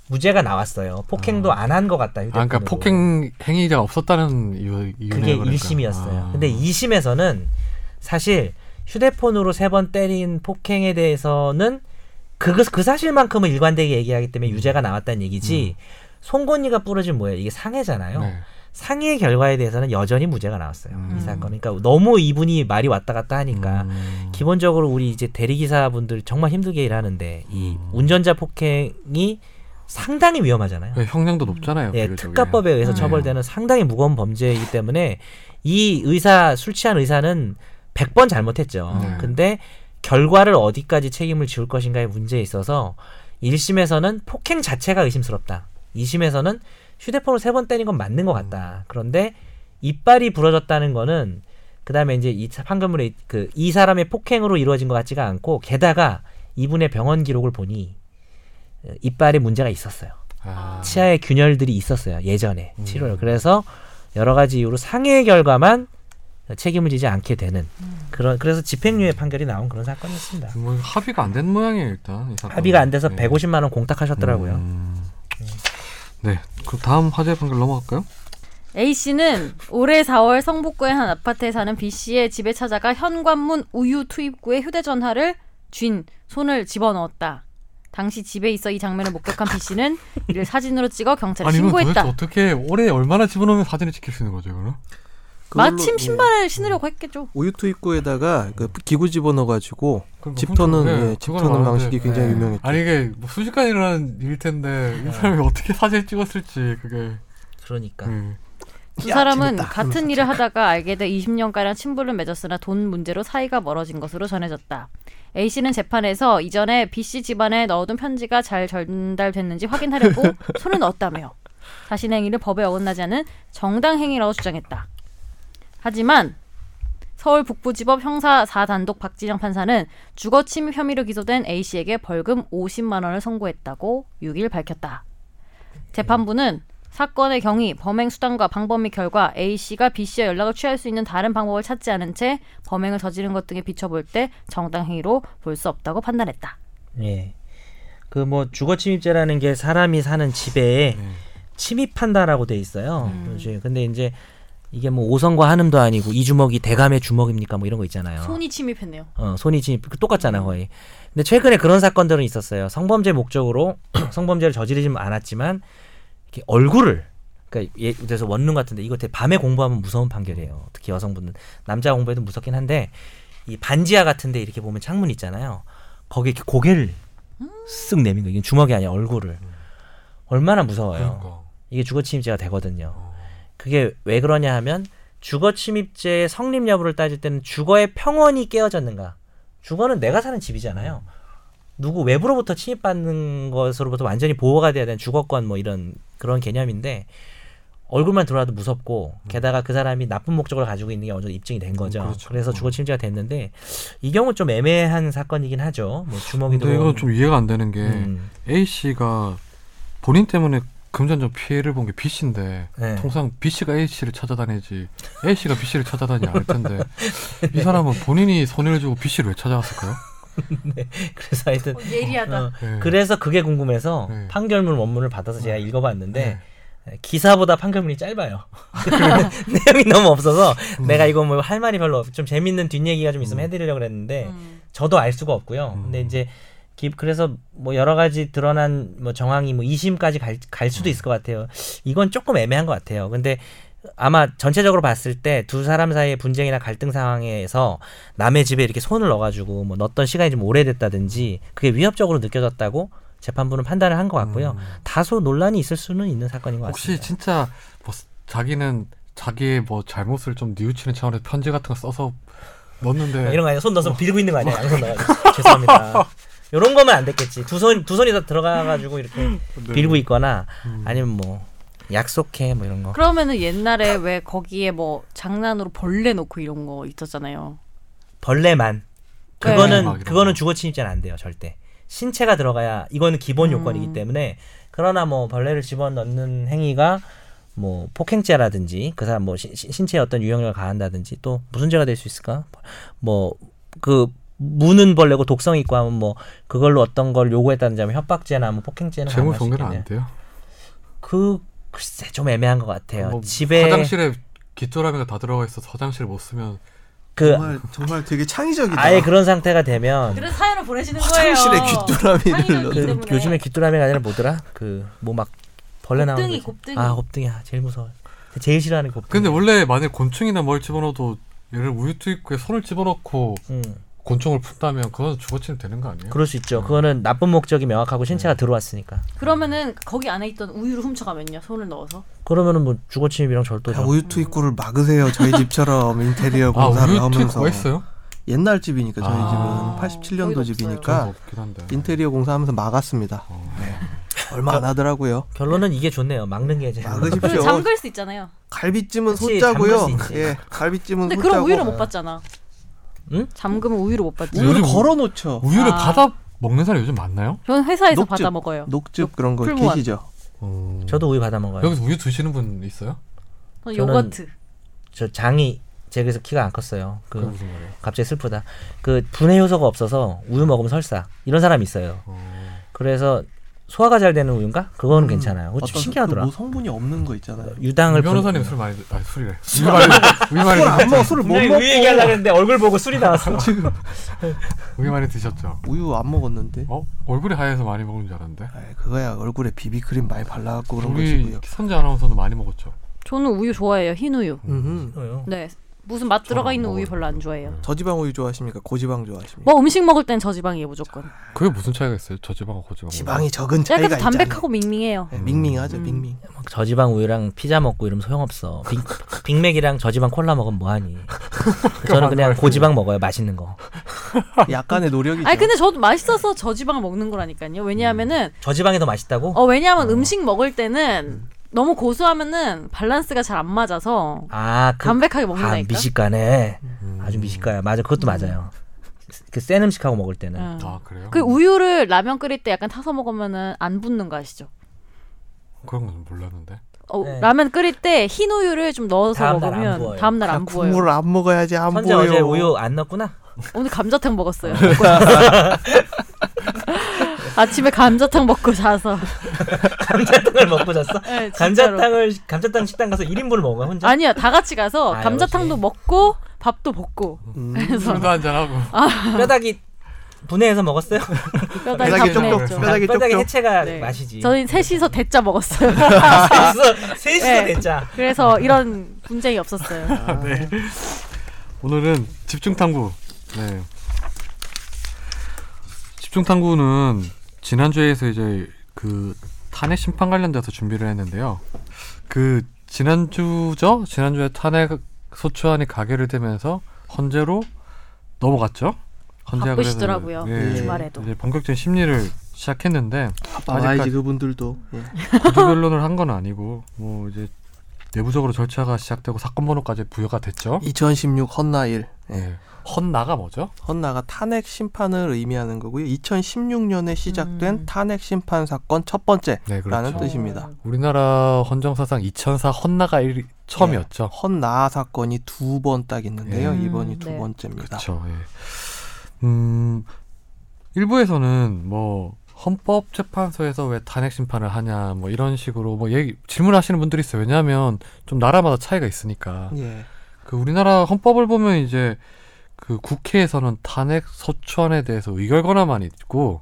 Speaker 2: 무죄가 나왔어요. 폭행도 안 한 것 같다.
Speaker 1: 아, 그러니까
Speaker 2: 휴대폰으로.
Speaker 1: 폭행 행위가 없었다는 이유 이유네요.
Speaker 2: 그게
Speaker 1: 그러니까.
Speaker 2: 1심이었어요.
Speaker 1: 아.
Speaker 2: 근데 2심에서는 사실 휴대폰으로 세 번 때린 폭행에 대해서는 그, 그 사실만큼은 일관되게 얘기하기
Speaker 1: 음.
Speaker 2: 때문에 유죄가 나왔다는 얘기지 송곳니가 부러진 뭐예요? 이게 상해잖아요.
Speaker 1: 네.
Speaker 2: 상해 결과에 대해서는 여전히 무죄가 나왔어요.
Speaker 1: 음.
Speaker 2: 이 사건. 그러니까 너무 이분이 말이 왔다 갔다 하니까
Speaker 1: 음.
Speaker 2: 기본적으로 우리 이제 대리기사분들 정말 힘들게 일하는데 이
Speaker 1: 음.
Speaker 2: 운전자 폭행이 상당히 위험하잖아요.
Speaker 1: 네, 형량도 높잖아요.
Speaker 2: 예,
Speaker 1: 비교적에. 네.
Speaker 2: 특가법에 의해서
Speaker 3: 음.
Speaker 2: 처벌되는 상당히 무거운 범죄이기 때문에 이 의사 술 취한 의사는 100번 잘못했죠.
Speaker 1: 네.
Speaker 2: 근데 결과를 어디까지 책임을 지울 것인가의 문제에 있어서 1심에서는 폭행 자체가 의심스럽다. 2심에서는 휴대폰으로 세 번 때린 건 맞는 것
Speaker 1: 음.
Speaker 2: 같다. 그런데 이빨이 부러졌다는 거는 그다음에 이제 이 사- 판결문에 그 이 사람의 폭행으로 이루어진 것 같지가 않고 게다가 이분의 병원 기록을 보니 어, 이빨에 문제가 있었어요.
Speaker 1: 아.
Speaker 2: 치아의 균열들이 있었어요 예전에 치료를 그래서 여러 가지 이유로 상해의 결과만 책임을 지지 않게 되는 그런 그래서 집행유예 판결이 나온 그런 사건이었습니다.
Speaker 1: 뭐 합의가 안 된 모양이에요 일단 이 네. 사건.
Speaker 2: 아. 합의가 안 돼서 150만 원 공탁하셨더라고요.
Speaker 1: 음. 네, 그럼 다음 화재 판결 넘어갈까요?
Speaker 3: A 씨는 올해 4월 성북구의 한 아파트에 사는 B 씨의 집에 찾아가 현관문 우유 투입구에 휴대전화를 쥔 손을 집어넣었다. 당시 집에 있어 이 장면을 목격한 B 씨는 이를 사진으로 찍어 경찰에
Speaker 1: 아니 이건 도대체
Speaker 3: 신고했다.
Speaker 1: 어떻게 올해 얼마나 집어넣으면 사진을 찍힐 수 있는 거죠, 이거는?
Speaker 4: 그걸로,
Speaker 3: 마침
Speaker 4: 예.
Speaker 3: 신발을 신으려고 했겠죠.
Speaker 4: 우유 투입구에다가 그 기구 집어넣어가지고
Speaker 1: 그럼
Speaker 4: 집
Speaker 1: 뭐 훔쳐-
Speaker 4: 터는
Speaker 1: 네,
Speaker 4: 예, 집
Speaker 1: 그건
Speaker 4: 터는
Speaker 1: 아는데.
Speaker 4: 방식이 굉장히
Speaker 2: 네.
Speaker 4: 유명했죠.
Speaker 1: 아니 이게 뭐 순식간에 일어난 일일 텐데 이 사람이 어떻게 사진을 찍었을지 그게
Speaker 2: 그러니까
Speaker 1: 음.
Speaker 3: 두
Speaker 4: 야,
Speaker 3: 사람은
Speaker 4: 재밌다.
Speaker 3: 같은 일을 하다가 알게 돼 20년가량 친분을 맺었으나 돈 문제로 사이가 멀어진 것으로 전해졌다. A씨는 재판에서 이전에 B씨 집안에 넣어둔 편지가 잘 전달됐는지 확인하려고 손을 넣었다며 자신의 행위를 법에 어긋나지 않은 정당 행위라고 주장했다. 하지만 서울 북부지법 형사 4단독 박지정 판사는 주거침입 혐의로 기소된 A씨에게 벌금 50만 원을 선고했다고 6일 밝혔다. 재판부는 사건의 경위, 범행 수단과 방법 및 결과 A 씨가 B 씨와 연락을 취할 수 있는 다른 방법을 찾지 않은 채 범행을 저지른 것 등에 비춰볼 때 정당 행위로 볼 수 없다고 판단했다.
Speaker 2: 예. 그 뭐 주거침입죄라는 게 사람이 사는 집에 침입한다라고 돼 있어요. 그렇지. 근데 이제 이게 뭐 오성과 한음도 아니고 이 주먹이 대감의 주먹입니까 뭐 이런 거 있잖아요.
Speaker 3: 손이 침입했네요.
Speaker 2: 어, 손이 진입 그 똑같잖아 거의. 근데 최근에 그런 사건들은 있었어요. 성범죄 목적으로 성범죄를 저지르진 않았지만 이렇게 얼굴을 그러니까 예, 그래서 원룸 같은데 이거 되게 밤에 공부하면 무서운 판결이에요. 특히 여성분들 남자 공부해도 무섭긴 한데 이 반지하 같은데 이렇게 보면 창문 있잖아요. 거기 이렇게 고개를 쓱 내민 거 이게 주먹이 아니야 얼굴을 얼마나 무서워요.
Speaker 1: 그러니까.
Speaker 2: 이게 주거침입죄가 되거든요. 그게 왜 그러냐 하면 주거침입죄의 성립 여부를 따질 때는 주거의 평원이 깨어졌는가 주거는 내가 사는 집이잖아요. 누구 외부로부터 침입받는 것으로부터 완전히 보호가 돼야 되는 주거권 뭐 이런 그런 개념인데 얼굴만 들어와도 무섭고 게다가 그 사람이 나쁜 목적을 가지고 있는 게 어느 정도 입증이 된 거죠.
Speaker 1: 음, 그렇죠.
Speaker 2: 그래서 주거 침입죄가 됐는데 이 경우 좀 애매한 사건이긴 하죠. 뭐 주먹이
Speaker 1: 근데
Speaker 2: 들어온
Speaker 1: 이건 좀 이해가 안 되는 게
Speaker 2: 음,
Speaker 1: A 씨가 본인 때문에 금전적 피해를 본 게 B 씨인데
Speaker 2: 네.
Speaker 1: 통상 B 씨가 A 씨를 찾아다니지 A 씨가 B 씨를 찾아다니 않을 텐데 이 사람은 본인이 손해를 주고 B 씨를 왜 찾아왔을까요?
Speaker 2: 그래서 하여튼
Speaker 3: 예리하다.
Speaker 2: 어,
Speaker 1: 네.
Speaker 2: 그래서 그게 궁금해서
Speaker 1: 네.
Speaker 2: 판결문 원문을 받아서 제가 읽어봤는데 네, 기사보다 판결문이 짧아요. 내용이 너무 없어서
Speaker 1: 음.
Speaker 2: 내가 이거 뭐 할 말이 별로 없. 좀 재밌는 뒷얘기가 좀 있으면 해드리려고 그랬는데 저도 알 수가 없고요.
Speaker 1: 음.
Speaker 2: 근데 이제 기- 그래서 뭐 여러 가지 드러난 뭐 정황이 뭐 2심까지 갈, 갈
Speaker 1: 음.
Speaker 2: 수도 있을 것 같아요. 이건 조금 애매한 것 같아요. 근데 아마 전체적으로 봤을 때 두 사람 사이의 분쟁이나 갈등 상황에서 남의 집에 이렇게 손을 넣어가지고 뭐 넣었던 시간이 좀 오래됐다든지 그게 위협적으로 느껴졌다고 재판부는 판단을 한 것 같고요. 다소 논란이 있을 수는 있는 사건인 것
Speaker 1: 음. 혹시
Speaker 2: 같습니다.
Speaker 1: 진짜 뭐 스- 자기는 자기의 뭐 잘못을 좀 뉘우치는 차원에서 편지 같은 거 써서 넣었는데
Speaker 2: 이런 거 아니야? 손 넣어서 빌고 있는 거 아니야? 양손 넣어가지고 죄송합니다. 이런 거면 안 됐겠지. 두 손 두 손이 다 들어가가지고 이렇게
Speaker 1: 네. 음.
Speaker 2: 빌고 있거나 아니면 뭐 약속해 뭐 이런 거.
Speaker 3: 그러면은 옛날에 왜 거기에 뭐 장난으로 벌레 놓고 이런 거 있었잖아요.
Speaker 2: 벌레만.
Speaker 3: 네.
Speaker 2: 그거는
Speaker 1: 막 이런
Speaker 2: 그거는
Speaker 1: 거.
Speaker 2: 주거 침입죄는 안 돼요 절대. 신체가 들어가야 이거는 기본
Speaker 1: 음.
Speaker 2: 요건이기 때문에 그러나 뭐 벌레를 집어넣는 행위가 뭐 폭행죄라든지 그 사람 뭐 시- 시- 신체에 어떤 유형을 가한다든지 또 무슨 죄가 될 수 있을까? 뭐 그 무는 벌레고 독성 이 있고 하면 뭐 그걸로 어떤 걸 요구했다든지 하면 협박죄나 뭐 폭행죄는
Speaker 1: 재물
Speaker 2: 가능할 수
Speaker 1: 전개는 안
Speaker 2: 있겠네요.
Speaker 1: 돼요.
Speaker 2: 그 글쎄 좀 애매한 것 같아요.
Speaker 1: 뭐
Speaker 2: 집에
Speaker 1: 화장실에 깃조라미가 다 들어가 있어 서 화장실 못 쓰면
Speaker 2: 그
Speaker 4: 정말 정말 되게 창의적이다.
Speaker 2: 아예 그런 상태가 되면
Speaker 3: 그래서 사연을 보내시는
Speaker 4: 화장실에
Speaker 3: 거예요.
Speaker 4: 귀뚜라미를
Speaker 3: 창의적이
Speaker 4: 넣는
Speaker 2: 그
Speaker 3: 때문에.
Speaker 2: 요즘에 귀뚜라미가 아니라 뭐더라? 그 뭐 막 벌레 나오는
Speaker 3: 곱등이,
Speaker 2: 거지.
Speaker 3: 곱등이.
Speaker 2: 아 곱등이야 제일 무서워 제일 싫어하는 곱등
Speaker 1: 근데 원래 만약 곤충이나 뭘 집어넣어도 얘를 우유 투입구에 손을 집어넣고
Speaker 2: 음,
Speaker 1: 곤충을 푼다면 그건 주거침입 되는 거 아니에요?
Speaker 2: 그럴 수 있죠 그거는 나쁜 목적이 명확하고 신체가 들어왔으니까
Speaker 3: 그러면은 거기 안에 있던 우유를 훔쳐가면요. 손을 넣어서.
Speaker 2: 그러면은 뭐 주거침입이랑 절도죠
Speaker 4: 야, 우유 투입구를 막으세요. 저희 집처럼 인테리어
Speaker 1: 아
Speaker 4: 공사를
Speaker 1: 우유
Speaker 4: 하면서
Speaker 1: 투입구가 있어요?
Speaker 4: 옛날 집이니까 저희
Speaker 1: 아.
Speaker 4: 집은
Speaker 3: 거의
Speaker 1: 그런
Speaker 2: 그러니까
Speaker 3: 없어요.
Speaker 4: 87년도
Speaker 1: 거
Speaker 4: 집이니까
Speaker 1: 없긴 한데.
Speaker 4: 인테리어 공사하면서 막았습니다. 네. 얼마 안 하더라고요.
Speaker 2: 결론은 이게 좋네요 막는 게 제일
Speaker 4: 막으십시오.
Speaker 3: 그럼 잠글 수 있잖아요.
Speaker 4: 갈비찜은
Speaker 2: 그치,
Speaker 4: 손자고요.
Speaker 2: 잠글 수 있지.
Speaker 4: 예, 갈비찜은
Speaker 3: 근데
Speaker 4: 손자고.
Speaker 3: 그럼 우유를 못 받잖아.
Speaker 2: 응?
Speaker 3: 잠그면 우유를 못 받지.
Speaker 1: 우유-
Speaker 4: 우유를
Speaker 1: 요즘 우-
Speaker 4: 걸어 놓죠.
Speaker 1: 우유를
Speaker 3: 아.
Speaker 1: 받아 먹는 사람이 요즘 많나요?
Speaker 3: 저는 회사에서
Speaker 4: 녹즙.
Speaker 3: 받아 먹어요.
Speaker 4: 녹즙 그런 거
Speaker 3: 풀무원.
Speaker 4: 계시죠?
Speaker 2: 저도 우유 받아 먹어요
Speaker 1: 여기서 우유 드시는 분 있어요?
Speaker 3: 저는
Speaker 2: 저는-
Speaker 3: 요거트.
Speaker 2: 저 장이 제가 서 키가 안 컸어요 그
Speaker 1: 그게 네. 무슨 말이에요?
Speaker 2: 갑자기 슬프다 그 분해 효소가 없어서 우유 먹으면 설사 이런 사람이 있어요
Speaker 1: 어.
Speaker 2: 그래서 소화가 잘 되는 우유인가 그거는 괜찮아요 그거
Speaker 4: 음. 어떤
Speaker 2: 좀 신기하더라
Speaker 4: 그뭐 성분이 없는 거 있잖아요.
Speaker 2: 유당을
Speaker 1: 이 음, 변호사님
Speaker 2: 분-
Speaker 1: 술 많이 드- 아 술이래. 우유 많이 우유 많이
Speaker 4: 술을 안
Speaker 1: 드셨죠?
Speaker 4: 먹어. 술을 못
Speaker 2: 분명히
Speaker 4: 먹고
Speaker 2: 우유 얘기하려고 했는데 얼굴 보고 술이 나왔어.
Speaker 4: 지금
Speaker 1: 우유 많이 드셨죠?
Speaker 4: 우유 안 먹었는데.
Speaker 1: 어 얼굴이 하얘서 많이 먹은 줄 알았는데.
Speaker 4: 아, 그거야 얼굴에 비비크림 많이 발라갖고 그런
Speaker 1: 우리
Speaker 4: 것이고요.
Speaker 1: 선재 아나운서도 많이 먹었죠.
Speaker 3: 저는 우유 좋아해요. 흰 우유.
Speaker 4: 음흠.
Speaker 2: 어.
Speaker 3: 네. 무슨 맛 들어가
Speaker 1: 안
Speaker 3: 있는 우유
Speaker 1: 먹어요.
Speaker 3: 별로 안 좋아해요.
Speaker 4: 저지방 우유 좋아하십니까? 고지방 좋아하십니까?
Speaker 3: 뭐 음식 먹을 땐 저지방이에요 무조건.
Speaker 1: 그게 무슨 차이가 있어요? 저지방하고 고지방.
Speaker 4: 뭐. 지방이 적은 차이가
Speaker 3: 약간
Speaker 4: 있잖아.
Speaker 3: 네, 담백하고 음. 밍밍해요.
Speaker 4: 예, 밍밍하죠, 밍밍.
Speaker 2: 막 저지방 우유랑 피자 먹고 이러면 소용없어. 빅, 빅맥이랑 저지방 콜라 먹으면 뭐하니. 저는 그냥 고지방 먹어요. 맛있는 거.
Speaker 4: 약간의 노력이죠.
Speaker 3: 아니 근데 저도 맛있어서 저지방 먹는 거라니까요. 왜냐하면은
Speaker 2: 저지방이 더 맛있다고?
Speaker 3: 어 왜냐하면 음식 먹을 때는 너무 고소하면은 밸런스가 잘 안 맞아서
Speaker 2: 아, 그,
Speaker 3: 담백하게
Speaker 2: 아,
Speaker 3: 먹는다니까. 음.
Speaker 2: 미식가네.
Speaker 4: 음.
Speaker 2: 아주 미식가야. 맞아. 그것도 맞아요. 그 센 음식하고 먹을 때는.
Speaker 3: 응.
Speaker 1: 아 그래요?
Speaker 3: 그 우유를 라면 끓일 때 약간 타서 먹으면은 안 붙는 거 아시죠?
Speaker 1: 그런 건 몰랐는데.
Speaker 3: 어,
Speaker 2: 네.
Speaker 3: 라면 끓일 때 흰 우유를 좀 넣어서
Speaker 2: 다음 날안
Speaker 3: 먹으면
Speaker 2: 부어요.
Speaker 3: 다음 날
Speaker 4: 그냥
Speaker 3: 안 부어요.
Speaker 4: 국물을 안 먹어야지 안
Speaker 2: 선재
Speaker 4: 보여.
Speaker 2: 어제 우유 안 넣었구나?
Speaker 3: 오늘 감자탕 먹었어요. 먹고 잤어요. 아침에 감자탕 먹고 자서.
Speaker 2: 감자탕을 먹고 잤어?
Speaker 3: 네, 진짜로.
Speaker 2: 감자탕을, 감자탕 식당 가서 1인분을 먹은 거야, 혼자?
Speaker 3: 아니야 다 같이 가서
Speaker 2: 아,
Speaker 3: 감자탕도
Speaker 2: 역시. 먹고
Speaker 3: 먹고 밥도 먹고
Speaker 4: 음.
Speaker 3: 그래서
Speaker 1: 술도 한잔 하고.
Speaker 3: 아.
Speaker 2: 뼈다귀 분해해서 먹었어요?
Speaker 3: 뼈다귀
Speaker 4: 뼈다귀
Speaker 3: 다
Speaker 4: 쪽쪽,
Speaker 3: 보냈죠.
Speaker 4: 뼈다귀
Speaker 2: 뼈다귀
Speaker 4: 쪽쪽.
Speaker 2: 해체가
Speaker 3: 네.
Speaker 2: 맛이지. 아,
Speaker 3: 저희 셋이서 대짜 먹었어요.
Speaker 2: 셋이서, 셋이서
Speaker 3: 네.
Speaker 2: 됐자.
Speaker 3: 그래서 이런 분쟁이 없었어요.
Speaker 1: 오늘은 집중 탐구. 네. 집중 탐구는 지난주에서 이제 그 탄핵 심판 관련돼서 준비를 했는데요. 그 지난주죠? 지난주에 탄핵 소추안이 가결이 되면서 헌재로 넘어갔죠? 건재학
Speaker 3: 바쁘시더라고요,
Speaker 1: 예,
Speaker 3: 주말에도.
Speaker 1: 이제 본격적인 심리를 시작했는데
Speaker 4: 아이지
Speaker 1: 아직까지-
Speaker 4: 그분들도 예.
Speaker 1: 구조 변론을 한 건 아니고 뭐 이제 내부적으로 절차가 시작되고 사건 번호까지 부여가 됐죠.
Speaker 4: 2016 헌나일 예.
Speaker 1: 예. 헌나가 뭐죠?
Speaker 4: 헌나가 탄핵 심판을 의미하는 거고요. 2016년에 시작된
Speaker 3: 음.
Speaker 4: 탄핵 심판 사건 첫 번째라는
Speaker 1: 네,
Speaker 4: 아,
Speaker 3: 그렇죠. 어.
Speaker 4: 뜻입니다.
Speaker 1: 우리나라 헌정사상 2004 헌나가 일, 처음이었죠.
Speaker 4: 헌나 사건이 두 번 딱 있는데요.
Speaker 3: 네.
Speaker 4: 이번이
Speaker 3: 음,
Speaker 4: 두
Speaker 3: 네.
Speaker 4: 번째입니다.
Speaker 1: 그렇죠. 예. 음, 일부에서는 뭐 헌법재판소에서 왜 탄핵 심판을 하냐 뭐 이런 식으로 뭐 얘기 질문하시는 분들이 있어요. 왜냐하면 좀 나라마다 차이가 있으니까.
Speaker 4: 예.
Speaker 1: 그 우리나라 헌법을 보면 이제 그 국회에서는 탄핵 소추안에 대해서 의결권한만 있고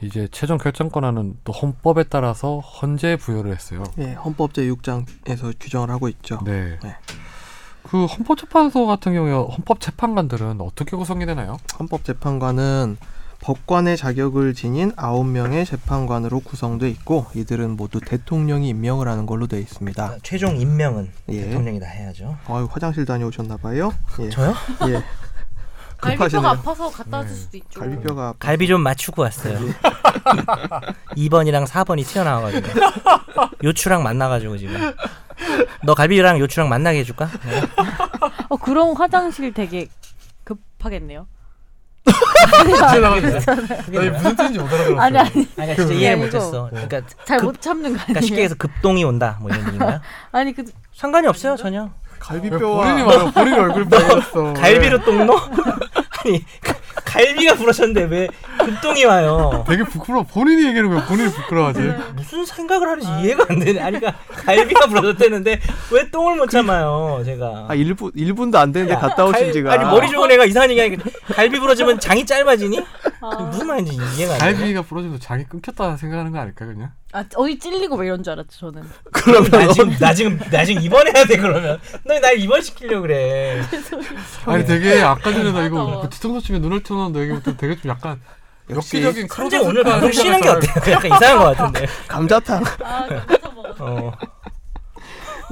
Speaker 1: 이제 최종 결정권한은 또 헌법에 따라서 헌재 부여를 했어요.
Speaker 4: 예, 헌법 제6장에서 규정을 하고 있죠.
Speaker 1: 네.
Speaker 4: 네.
Speaker 1: 그 헌법재판소 같은 경우에 헌법재판관들은 어떻게 구성이 되나요?
Speaker 4: 헌법 재판관은 법관의 자격을 지닌 9명의 재판관으로 구성돼 있고 이들은 모두 대통령이 임명을 하는 걸로 돼 있습니다.
Speaker 2: 아, 최종 임명은
Speaker 4: 예.
Speaker 2: 대통령이 다 해야죠.
Speaker 4: 아유, 화장실 다녀오셨나 봐요. 예.
Speaker 2: 저요?
Speaker 4: 예.
Speaker 3: 갈비뼈가
Speaker 4: 급하시네요.
Speaker 3: 아파서 갔다 왔을
Speaker 1: 네.
Speaker 3: 수도 있죠.
Speaker 4: 갈비뼈가 아파.
Speaker 2: 갈비 좀 맞추고 왔어요. 2번이랑 4번이 튀어나와가지고 요추랑 만나가지고 지금 너 갈비랑 요추랑 만나게 해줄까? 네.
Speaker 3: 어, 그럼 화장실 되게 급하겠네요.
Speaker 1: 아니 무슨 뜻인지 못 알아들었어요.
Speaker 4: 그렇죠.
Speaker 3: 아니 아니
Speaker 2: 아니 그러니까 진짜
Speaker 3: 그게
Speaker 2: 이해
Speaker 3: 아니고.
Speaker 2: 못했어. 그러니까
Speaker 3: 잘
Speaker 2: 급-
Speaker 3: 못 참는 거
Speaker 2: 그러니까 쉽게
Speaker 3: 아니에요?
Speaker 2: 해서 급동이 온다 뭐 이런 얘기인가요?
Speaker 3: 아니 그
Speaker 2: 상관이 없어요 전혀.
Speaker 1: 본인이 말하고 본인이 얼굴 빨개졌어.
Speaker 2: 갈비로 똥 넣어? 아니 가- 갈비가 부러졌는데 왜 급동이 와요?
Speaker 1: 되게 부끄러워. 본인이 얘기하는 거야. 본인이 부끄러워하지.
Speaker 4: 네.
Speaker 2: 무슨 생각을 하는지 이해가 안 되네. 아니 그러니까 갈비가 부러졌다는데 왜 똥을 못 참아요 제가.
Speaker 4: 아, 1분 1분도 안 되는데 갔다 오신
Speaker 2: 갈-
Speaker 4: 지가
Speaker 2: 아니 머리 좋은 애가 이상한 얘기 하니까 갈비 부러지면 장이 짧아지니? 무슨 말인지 이해가 안 돼.
Speaker 1: 갈비가 부러지면 장이 끊겼다 생각하는 거 아닐까 그냥?
Speaker 3: 아, 어디 찔리고 막 이런 줄 알았죠 저는.
Speaker 2: 그러면 나 지금 나 지금 나 지금 입원해야 돼 그러면. 너 날 입원시키려 그래.
Speaker 1: 아니 되게 아까 전에 나 이거
Speaker 4: 어.
Speaker 3: 맞아.
Speaker 1: 그 뒤통수 치면 눈을 튀어나온다 얘기부터 되게 좀 약간
Speaker 4: 역시
Speaker 1: 역기적인
Speaker 2: 현재 오늘 방송 쉬는 게 어때요? 약간 이상한 것 같은데.
Speaker 4: 감자탕.
Speaker 3: 아 그래서 먹었어.
Speaker 2: 어.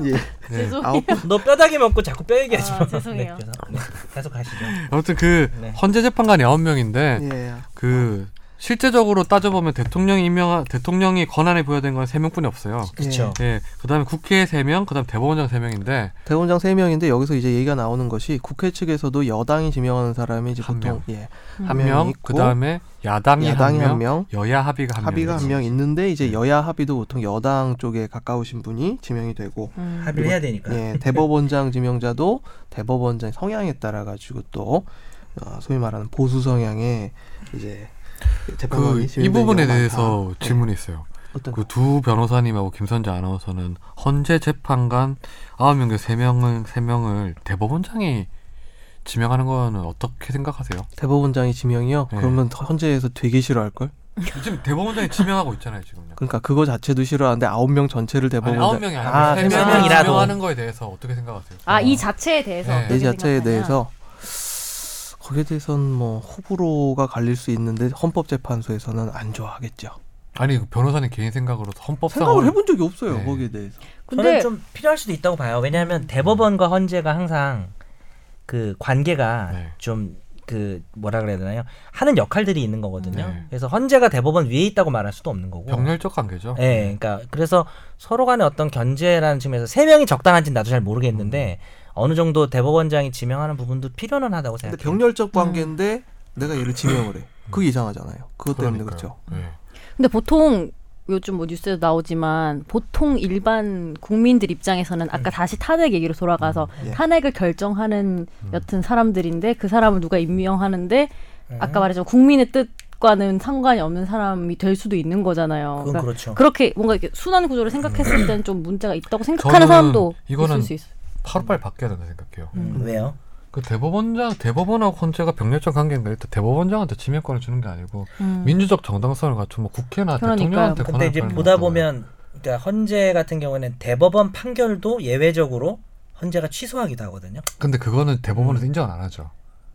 Speaker 4: 예.
Speaker 1: 네.
Speaker 4: 아홉
Speaker 3: 죄송해요.
Speaker 2: 너 뼈다귀 먹고 자꾸 뼈 얘기하지
Speaker 3: 아,
Speaker 2: 마.
Speaker 3: 죄송해요.
Speaker 2: 네, 그래서- 네, 계속 가시죠.
Speaker 1: 아무튼 그
Speaker 2: 네.
Speaker 1: 헌재 재판관이 9명인데
Speaker 4: 예.
Speaker 1: 그 실제적으로 따져보면 대통령 임명 대통령이 권한에 부여된 건 3명뿐이 없어요.
Speaker 2: 그렇죠.
Speaker 1: 예. 그다음에 국회 3명, 그다음 대법원장 3명인데
Speaker 4: 대원장 세명인데 여기서 이제 얘기가 나오는 것이 국회 측에서도 여당이 지명하는 사람이 이제
Speaker 1: 한
Speaker 4: 보통 예.
Speaker 1: 한
Speaker 4: 명이
Speaker 1: 명,
Speaker 4: 있고,
Speaker 1: 그다음에 야당이
Speaker 4: 야당이
Speaker 1: 한
Speaker 4: 한
Speaker 1: 명,
Speaker 4: 명,
Speaker 1: 여야 합의가 한 명.
Speaker 4: 합의가 한 명 있는데 이제 여야 합의도 보통 여당 쪽에 가까우신 분이 지명이 되고
Speaker 3: 음.
Speaker 2: 합의를 해야 되니까.
Speaker 4: 예, 대법원장 지명자도 대법원장 성향에 따라 가지고 또 어, 소위 말하는 보수 성향의 이제 재판관이
Speaker 1: 그 이
Speaker 4: 지명된
Speaker 1: 부분에
Speaker 4: 경우가
Speaker 1: 대해서
Speaker 4: 많다. 네.
Speaker 1: 질문이 있어요.
Speaker 4: 어떤
Speaker 1: 그 두 변호사님하고 김선재 아나운서는 헌재 재판관 9명 중 3명은 3명을 대법원장이 지명하는 거는 어떻게 생각하세요?
Speaker 4: 대법원장이 지명이요?
Speaker 1: 네.
Speaker 4: 그러면 헌재에서 되게 싫어할 걸?
Speaker 1: 지금 대법원장이 지명하고 있잖아요, 지금요.
Speaker 4: 그러니까 그거 자체도 싫어하는데 아홉 명 전체를
Speaker 1: 아니,
Speaker 4: 대법원장
Speaker 1: 9명이
Speaker 4: 아,
Speaker 1: 아니고
Speaker 4: 세
Speaker 1: 3명을
Speaker 4: 명이.
Speaker 2: 명이라도.
Speaker 1: 지명하는 거에 대해서 어떻게 생각하세요?
Speaker 3: 아이 자체에 대해서
Speaker 1: 네.
Speaker 4: 이
Speaker 3: 어떻게
Speaker 4: 자체에
Speaker 3: 생각하냐?
Speaker 4: 대해서 거기에 대해서는 뭐 호불호가 갈릴 수 있는데 헌법재판소에서는 안 좋아하겠죠.
Speaker 1: 아니 그 변호사님 개인 생각으로 헌법상
Speaker 4: 생각을 해본 적이 없어요
Speaker 1: 네.
Speaker 4: 거기에 대해서.
Speaker 2: 저는
Speaker 3: 근데
Speaker 2: 좀 필요할 수도 있다고 봐요. 왜냐하면 대법원과 헌재가 항상 그 관계가
Speaker 1: 네.
Speaker 2: 좀 그 뭐라 그래야 되나요? 하는 역할들이 있는 거거든요.
Speaker 1: 네.
Speaker 2: 그래서 헌재가 대법원 위에 있다고 말할 수도 없는 거고.
Speaker 1: 병렬적 네. 관계죠.
Speaker 4: 네,
Speaker 2: 예, 그러니까 그래서 서로 간의 어떤 견제라는 측면에서 세 명이 적당한지 는 나도 잘
Speaker 1: 음.
Speaker 2: 모르겠는데 어느 정도 대법원장이 지명하는 부분도 필요는 하다고
Speaker 4: 근데
Speaker 2: 생각해요.
Speaker 4: 병렬적 관계인데 내가 얘를 지명을 해. 그게 이상하잖아요. 음. 그것 때문에
Speaker 1: 그러니까요.
Speaker 4: 그렇죠.
Speaker 1: 네.
Speaker 3: 근데 보통 요즘 뭐 뉴스에도 나오지만 보통 일반 국민들 입장에서는 아까 다시 탄핵 얘기로 돌아가서
Speaker 4: 음, 예.
Speaker 3: 탄핵을 결정하는 여튼 사람들인데 그 사람을 누가 임명하는데
Speaker 2: 네.
Speaker 3: 아까 말했지만 국민의 뜻과는 상관이 없는 사람이 될 수도 있는 거잖아요.
Speaker 2: 그건 그렇죠.
Speaker 3: 렇게 뭔가 이렇게 순환 구조를 생각했을 때는 좀 문제가 있다고 생각하는
Speaker 1: 저는
Speaker 3: 사람도
Speaker 1: 이거는
Speaker 3: 있을 수 있어요.
Speaker 1: 하루빨리 바뀌어야 된다 생각해요.
Speaker 2: 음, 왜요?
Speaker 1: 그 대법원장 대법원하고 헌재가 병렬적 관계인데 일단 대법원장한테 지명권을 주는 게 아니고
Speaker 3: 음.
Speaker 1: 민주적 정당성을 갖춘 뭐 국회나
Speaker 3: 그러니까요.
Speaker 1: 대통령한테 권한을 뭐.
Speaker 2: 근데 이제
Speaker 1: 가는
Speaker 2: 보다
Speaker 1: 거잖아요.
Speaker 2: 보면 그러니까 헌재 같은 경우에는 대법원 판결도 예외적으로 헌재가 취소하기도 하거든요.
Speaker 1: 근데 그거는 대법원에서
Speaker 2: 음.
Speaker 1: 인정을 안 하죠.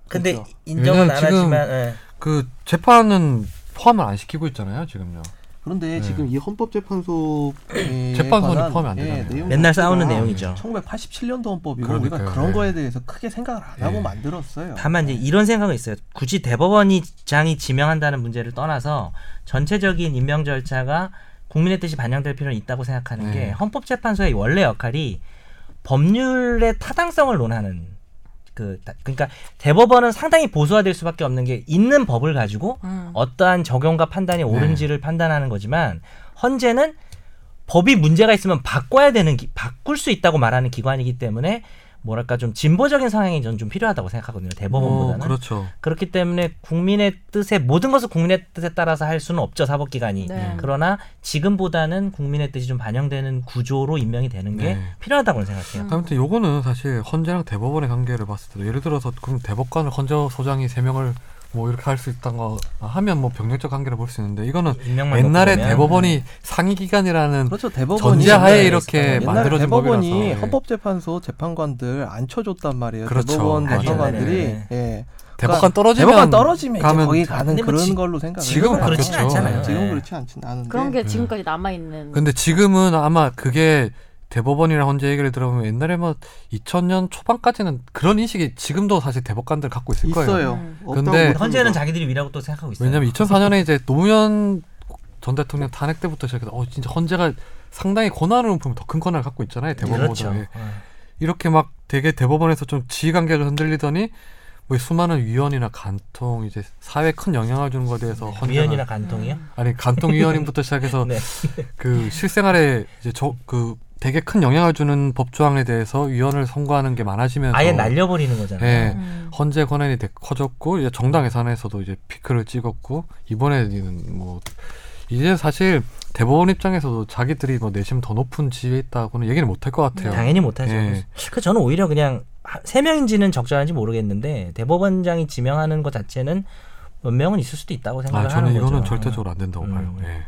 Speaker 2: 근데
Speaker 4: 그렇죠.
Speaker 2: 인정은
Speaker 1: 왜냐면
Speaker 2: 안
Speaker 1: 지금
Speaker 2: 하지만 예.
Speaker 1: 그 재판은 포함을 안 시키고 있잖아요, 지금요.
Speaker 4: 그런데
Speaker 1: 네.
Speaker 4: 지금 이 예, 헌법재판소
Speaker 1: 재판소는 포함이 안 되잖아요.
Speaker 2: 맨날 싸우는 내용이죠.
Speaker 4: 1987년도 헌법이고
Speaker 1: 그러니까요.
Speaker 4: 우리가 그런
Speaker 1: 네.
Speaker 4: 거에 대해서 크게 생각을 안 하고
Speaker 1: 예.
Speaker 4: 만들었어요.
Speaker 2: 다만 이제 이런 생각은 있어요. 굳이 대법원이 장이 지명한다는 문제를 떠나서 전체적인 임명 절차가 국민의 뜻이 반영될 필요는 있다고 생각하는
Speaker 1: 네.
Speaker 2: 게 헌법재판소의 원래 역할이 법률의 타당성을 논하는 그 다- 그러니까 대법원은 상당히 보수화될 수밖에 없는 게 있는 법을 가지고
Speaker 3: 음.
Speaker 2: 어떠한 적용과
Speaker 1: 네.
Speaker 2: 판단이 옳은지를 판단하는 거지만 헌재는 법이 문제가 있으면 바꿔야 되는 기- 바꿀 수 있다고 말하는 기관이기 때문에 뭐랄까 좀 진보적인 성향이 저는 좀 필요하다고 생각하거든요 대법원보다는
Speaker 1: 어, 그렇죠.
Speaker 2: 그렇기 때문에 국민의 뜻에 모든 것을 국민의 뜻에 따라서 할 수는 없죠 사법기관이
Speaker 3: 네.
Speaker 2: 그러나 지금보다는 국민의 뜻이 좀 반영되는 구조로 임명이 되는 게
Speaker 1: 네.
Speaker 2: 필요하다고 생각해요
Speaker 1: 아무튼 요거는 사실 헌재랑 대법원의 관계를 봤을 때도 예를 들어서 그럼 대법관을 헌재 소장이 세 명을 뭐 이렇게 할 수 있다는 거 하면 뭐 병렬적 관계를 볼 수 있는데 이거는
Speaker 2: 임명만
Speaker 1: 옛날에
Speaker 2: 놓고 보면.
Speaker 1: 대법원이 상위 기관이라는
Speaker 4: 그렇죠. 대법원이
Speaker 1: 전제하에
Speaker 2: 옛날에
Speaker 1: 이렇게
Speaker 2: 있었던
Speaker 4: 옛날에
Speaker 1: 만들어진
Speaker 4: 대법원이
Speaker 1: 법이라서 예. 네.
Speaker 4: 헌법재판소 재판관들 안 쳐줬단 말이에요.
Speaker 1: 그렇죠.
Speaker 4: 대법원
Speaker 1: 맞아요.
Speaker 4: 재판관들이
Speaker 2: 네,
Speaker 4: 예.
Speaker 1: 대법관 떨어지면
Speaker 4: 대법관 떨어지면 이제
Speaker 1: 가면
Speaker 4: 거기 가는
Speaker 2: 근데 뭐
Speaker 4: 그런
Speaker 2: 지-
Speaker 4: 걸로 생각을
Speaker 1: 지금은
Speaker 4: 해요.
Speaker 1: 그렇진 바뀌었죠. 않잖아요.
Speaker 4: 지금
Speaker 2: 네.
Speaker 4: 그렇지 않진 않은데
Speaker 3: 그런 게
Speaker 1: 네.
Speaker 3: 지금까지 남아 있는.
Speaker 1: 근데 지금은 아마 그게 대법원이랑 헌재 얘기를 들어보면 옛날에 뭐 2000년 초반까지는 그런 인식이 지금도 사실 대법관들 갖고 있을 거예요.
Speaker 4: 있어요.
Speaker 3: 음.
Speaker 4: 없다고
Speaker 1: 근데
Speaker 4: 못 합니다.
Speaker 2: 헌재는 자기들이 위라고 또 생각하고 있어요
Speaker 1: 왜냐면 2004년에 이제 노무현 전 대통령 탄핵 때부터 시작해서 어 진짜 헌재가 상당히 권한을 보면 더 큰 권한을 갖고
Speaker 4: 네,
Speaker 1: 있잖아요 대법원보다
Speaker 2: 그렇죠
Speaker 1: 예. 이렇게 막 되게 대법원에서 좀 지휘관계를 흔들리더니 뭐 수많은 위원이나 간통 이제 사회에 큰 영향을 주는 것에 대해서 헌재가 네.
Speaker 2: 위원이나 간통이요
Speaker 1: 아니 간통 위원님부터 시작해서
Speaker 2: 네.
Speaker 1: 그 실생활에 이제 저 그 되게 큰 영향을 주는 법 조항에 대해서 위원을 선고하는 게 많아지면서
Speaker 2: 아예 날려버리는 거잖아요
Speaker 1: 예.
Speaker 3: 음.
Speaker 1: 헌재 권한이 되- 커졌고 이제 정당 예산에서도 이제 피크를 찍었고 이번에는 뭐 이제 사실 대법원 입장에서도 자기들이 뭐 내심 더 높은 지위에 있다고는 얘기는 못 할 것 같아요.
Speaker 2: 당연히 못하죠.
Speaker 1: 예.
Speaker 2: 그 저는 오히려 그냥 하- 세 명인지는 적절한지 모르겠는데 대법원장이 지명하는 것 자체는 몇 명은 있을 수도 있다고
Speaker 1: 아
Speaker 2: 생각을
Speaker 1: 저는
Speaker 2: 하는 거죠.
Speaker 1: 이거는 절대적으로 안 된다고
Speaker 2: 음.
Speaker 1: 봐요. 예.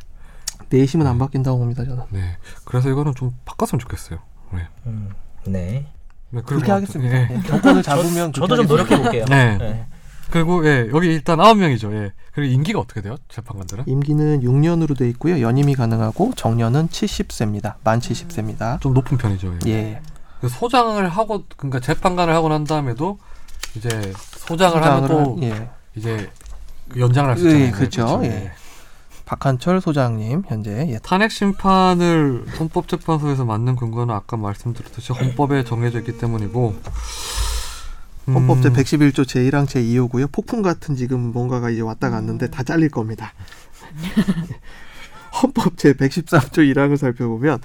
Speaker 4: 내심은 안 바뀐다고 봅니다 저는.
Speaker 1: 네. 그래서 이거는 좀 바꿨으면 좋겠어요. 네.
Speaker 2: 음, 네.
Speaker 1: 네, 그리고
Speaker 4: 그렇게
Speaker 1: 아,
Speaker 4: 하겠습니다.
Speaker 1: 예.
Speaker 4: 예. 정권을 잡으면
Speaker 2: 저도 좀 노력해 볼게요.
Speaker 1: 네. 그리고 예, 여기 일단 아홉 명이죠. 예. 그리고 임기가 어떻게 돼요? 재판관들은?
Speaker 4: 임기는 6년으로 돼 있고요. 연임이 가능하고 정년은 70세입니다. 만 70세입니다.
Speaker 1: 좀 높은 편이죠.
Speaker 2: 음.
Speaker 1: 예.
Speaker 4: 예.
Speaker 1: 그 소장을 하고 그러니까 재판관을 하고 난 다음에도 이제 소장을, 하면 또
Speaker 4: 소장을- 예.
Speaker 1: 이제 그 연장을 할 수
Speaker 4: 예,
Speaker 1: 있잖아요.
Speaker 4: 그렇죠.
Speaker 1: 그렇죠.
Speaker 4: 예. 박한철 소장님 현재 예.
Speaker 1: 탄핵 심판을 헌법재판소에서 맞는 근거는 아까 말씀드렸듯이 헌법에 정해져 있기 때문이고 음,
Speaker 4: 헌법 제 111조 제1항 제2호고요. 폭풍 같은 지금 뭔가가 이제 왔다 갔는데 다 잘릴 겁니다. 헌법 제 113조 1항을 살펴보면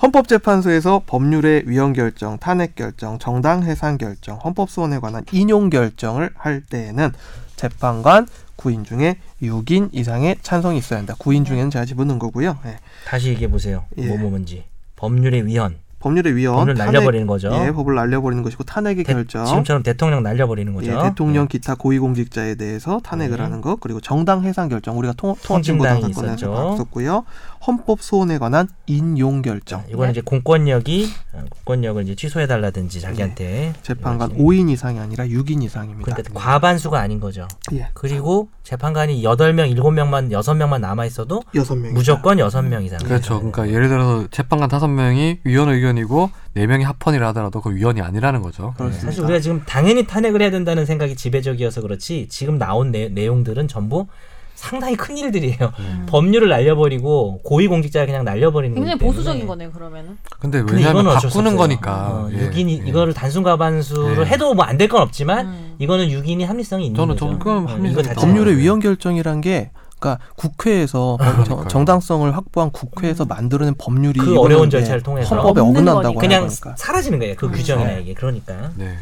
Speaker 4: 헌법재판소에서 법률의 위헌 결정, 탄핵 결정, 정당 해산 결정, 헌법 소원에 관한 인용 결정을 할 때에는 재판관 9인 중에 6인 이상의 찬성이 있어야 한다. 9인
Speaker 2: 네.
Speaker 4: 중에는 제가 집어넣은 거고요. 예.
Speaker 2: 다시 얘기해 보세요.
Speaker 4: 예.
Speaker 2: 뭐 뭐뭔지 법률의 위헌,
Speaker 4: 법률의 위헌,
Speaker 2: 법률
Speaker 4: 탄핵-
Speaker 2: 날려버리는 거죠.
Speaker 4: 예, 법을 날려버리는 것이고 탄핵의
Speaker 2: 대-
Speaker 4: 결정,
Speaker 2: 지금처럼 대통령 날려버리는 거죠.
Speaker 4: 예, 대통령 기타 고위공직자에 대해서 탄핵을
Speaker 2: 네.
Speaker 4: 하는 것 그리고 정당 해산 결정 우리가 통, 통합진보당
Speaker 2: 통진당이
Speaker 4: 사건에서
Speaker 2: 있었죠.
Speaker 4: 봤었고요 헌법 소원에 관한 인용 결정
Speaker 2: 아, 네. 이거는 이제 공권력이 어, 공권력을 이제 취소해 달라든지 자기한테
Speaker 1: 네.
Speaker 4: 재판관
Speaker 2: 이거지.
Speaker 4: 5인 이상이 아니라 6인 이상입니다.
Speaker 2: 그러니까 과반수가 아닌 거죠.
Speaker 4: 예,
Speaker 2: 그리고 재판관이 8명, 7명만, 6명만 남아 있어도
Speaker 4: 여섯 명
Speaker 2: 무조건 6명 이상.
Speaker 1: 네. 그렇죠. 그러니까 예를 들어서 재판관 다섯 명이 위원 의견이고 네 명이 합헌이라 하더라도 그 위원이 아니라는 거죠.
Speaker 4: 그렇습니다.
Speaker 2: 사실 우리가 지금 당연히 탄핵을 해야 된다는 생각이 지배적이어서 그렇지 지금 나온 내, 내용들은 전부 상당히 큰 일들이에요.
Speaker 1: 네.
Speaker 2: 법률을 날려버리고 고위공직자 그냥 날려버리는
Speaker 3: 굉장히
Speaker 2: 거기 음, 때문에.
Speaker 3: 보수적인 거네요. 그러면은.
Speaker 1: 근데
Speaker 2: 근데
Speaker 1: 왜냐하면
Speaker 2: 이건 어쩔 수
Speaker 1: 바꾸는
Speaker 2: 없어요.
Speaker 1: 거니까.
Speaker 2: 어,
Speaker 1: 예,
Speaker 2: 육인이
Speaker 1: 예.
Speaker 2: 이거를 단순 가반수로
Speaker 1: 예.
Speaker 2: 해도 뭐 안 될 건 없지만
Speaker 3: 음.
Speaker 2: 이거는 6인이 합리성이 있는
Speaker 1: 저는-
Speaker 2: 거죠.
Speaker 1: 저는 그건
Speaker 2: 어,
Speaker 1: 합리성이
Speaker 2: 이거
Speaker 1: 있다고
Speaker 2: 자체가.
Speaker 4: 법률의 위헌 결정이란 게 그러니까 국회에서
Speaker 2: 아,
Speaker 1: 그러니까요.
Speaker 4: 정, 당성을 확보한 국회에서 만들어낸 법률이
Speaker 2: 그
Speaker 4: 이거는
Speaker 2: 어려운
Speaker 4: 이제
Speaker 2: 절차를 통해서
Speaker 4: 헌법에
Speaker 3: 없는
Speaker 4: 어긋난다고
Speaker 2: 그냥
Speaker 4: 하는 거니까
Speaker 2: 사라지는 거예요. 그 규정이나 이게. 그러니까.
Speaker 1: 그렇죠. 네.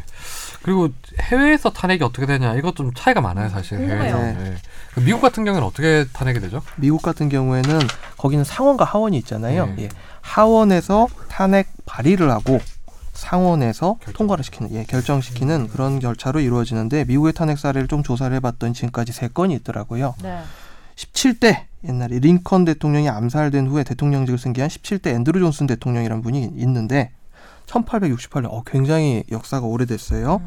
Speaker 1: 그리고 해외에서 탄핵이 어떻게 되냐 이것 좀 차이가 많아요 사실.
Speaker 3: 궁금해요.
Speaker 1: 해외에서는. 예. 그 미국 같은 경우는 어떻게 탄핵이 되죠?
Speaker 4: 미국 같은 경우에는 거기는 상원과 하원이 있잖아요.
Speaker 1: 네.
Speaker 4: 예. 하원에서 탄핵 발의를 하고 상원에서
Speaker 1: 결정. 음.
Speaker 4: 통과를 시키는 예, 결정시키는 그런 절차로 이루어지는데 미국의 탄핵 사례를 좀 조사를 해봤더니 지금까지 세 건이 있더라고요.
Speaker 3: 네.
Speaker 4: 17대 옛날에 링컨 대통령이 암살된 후에 대통령직을 승계한 17대 앤드루 존슨 대통령이라는 분이 있는데 어,
Speaker 3: 음.
Speaker 4: 1868년 어, 굉장히 역사가 오래됐어요.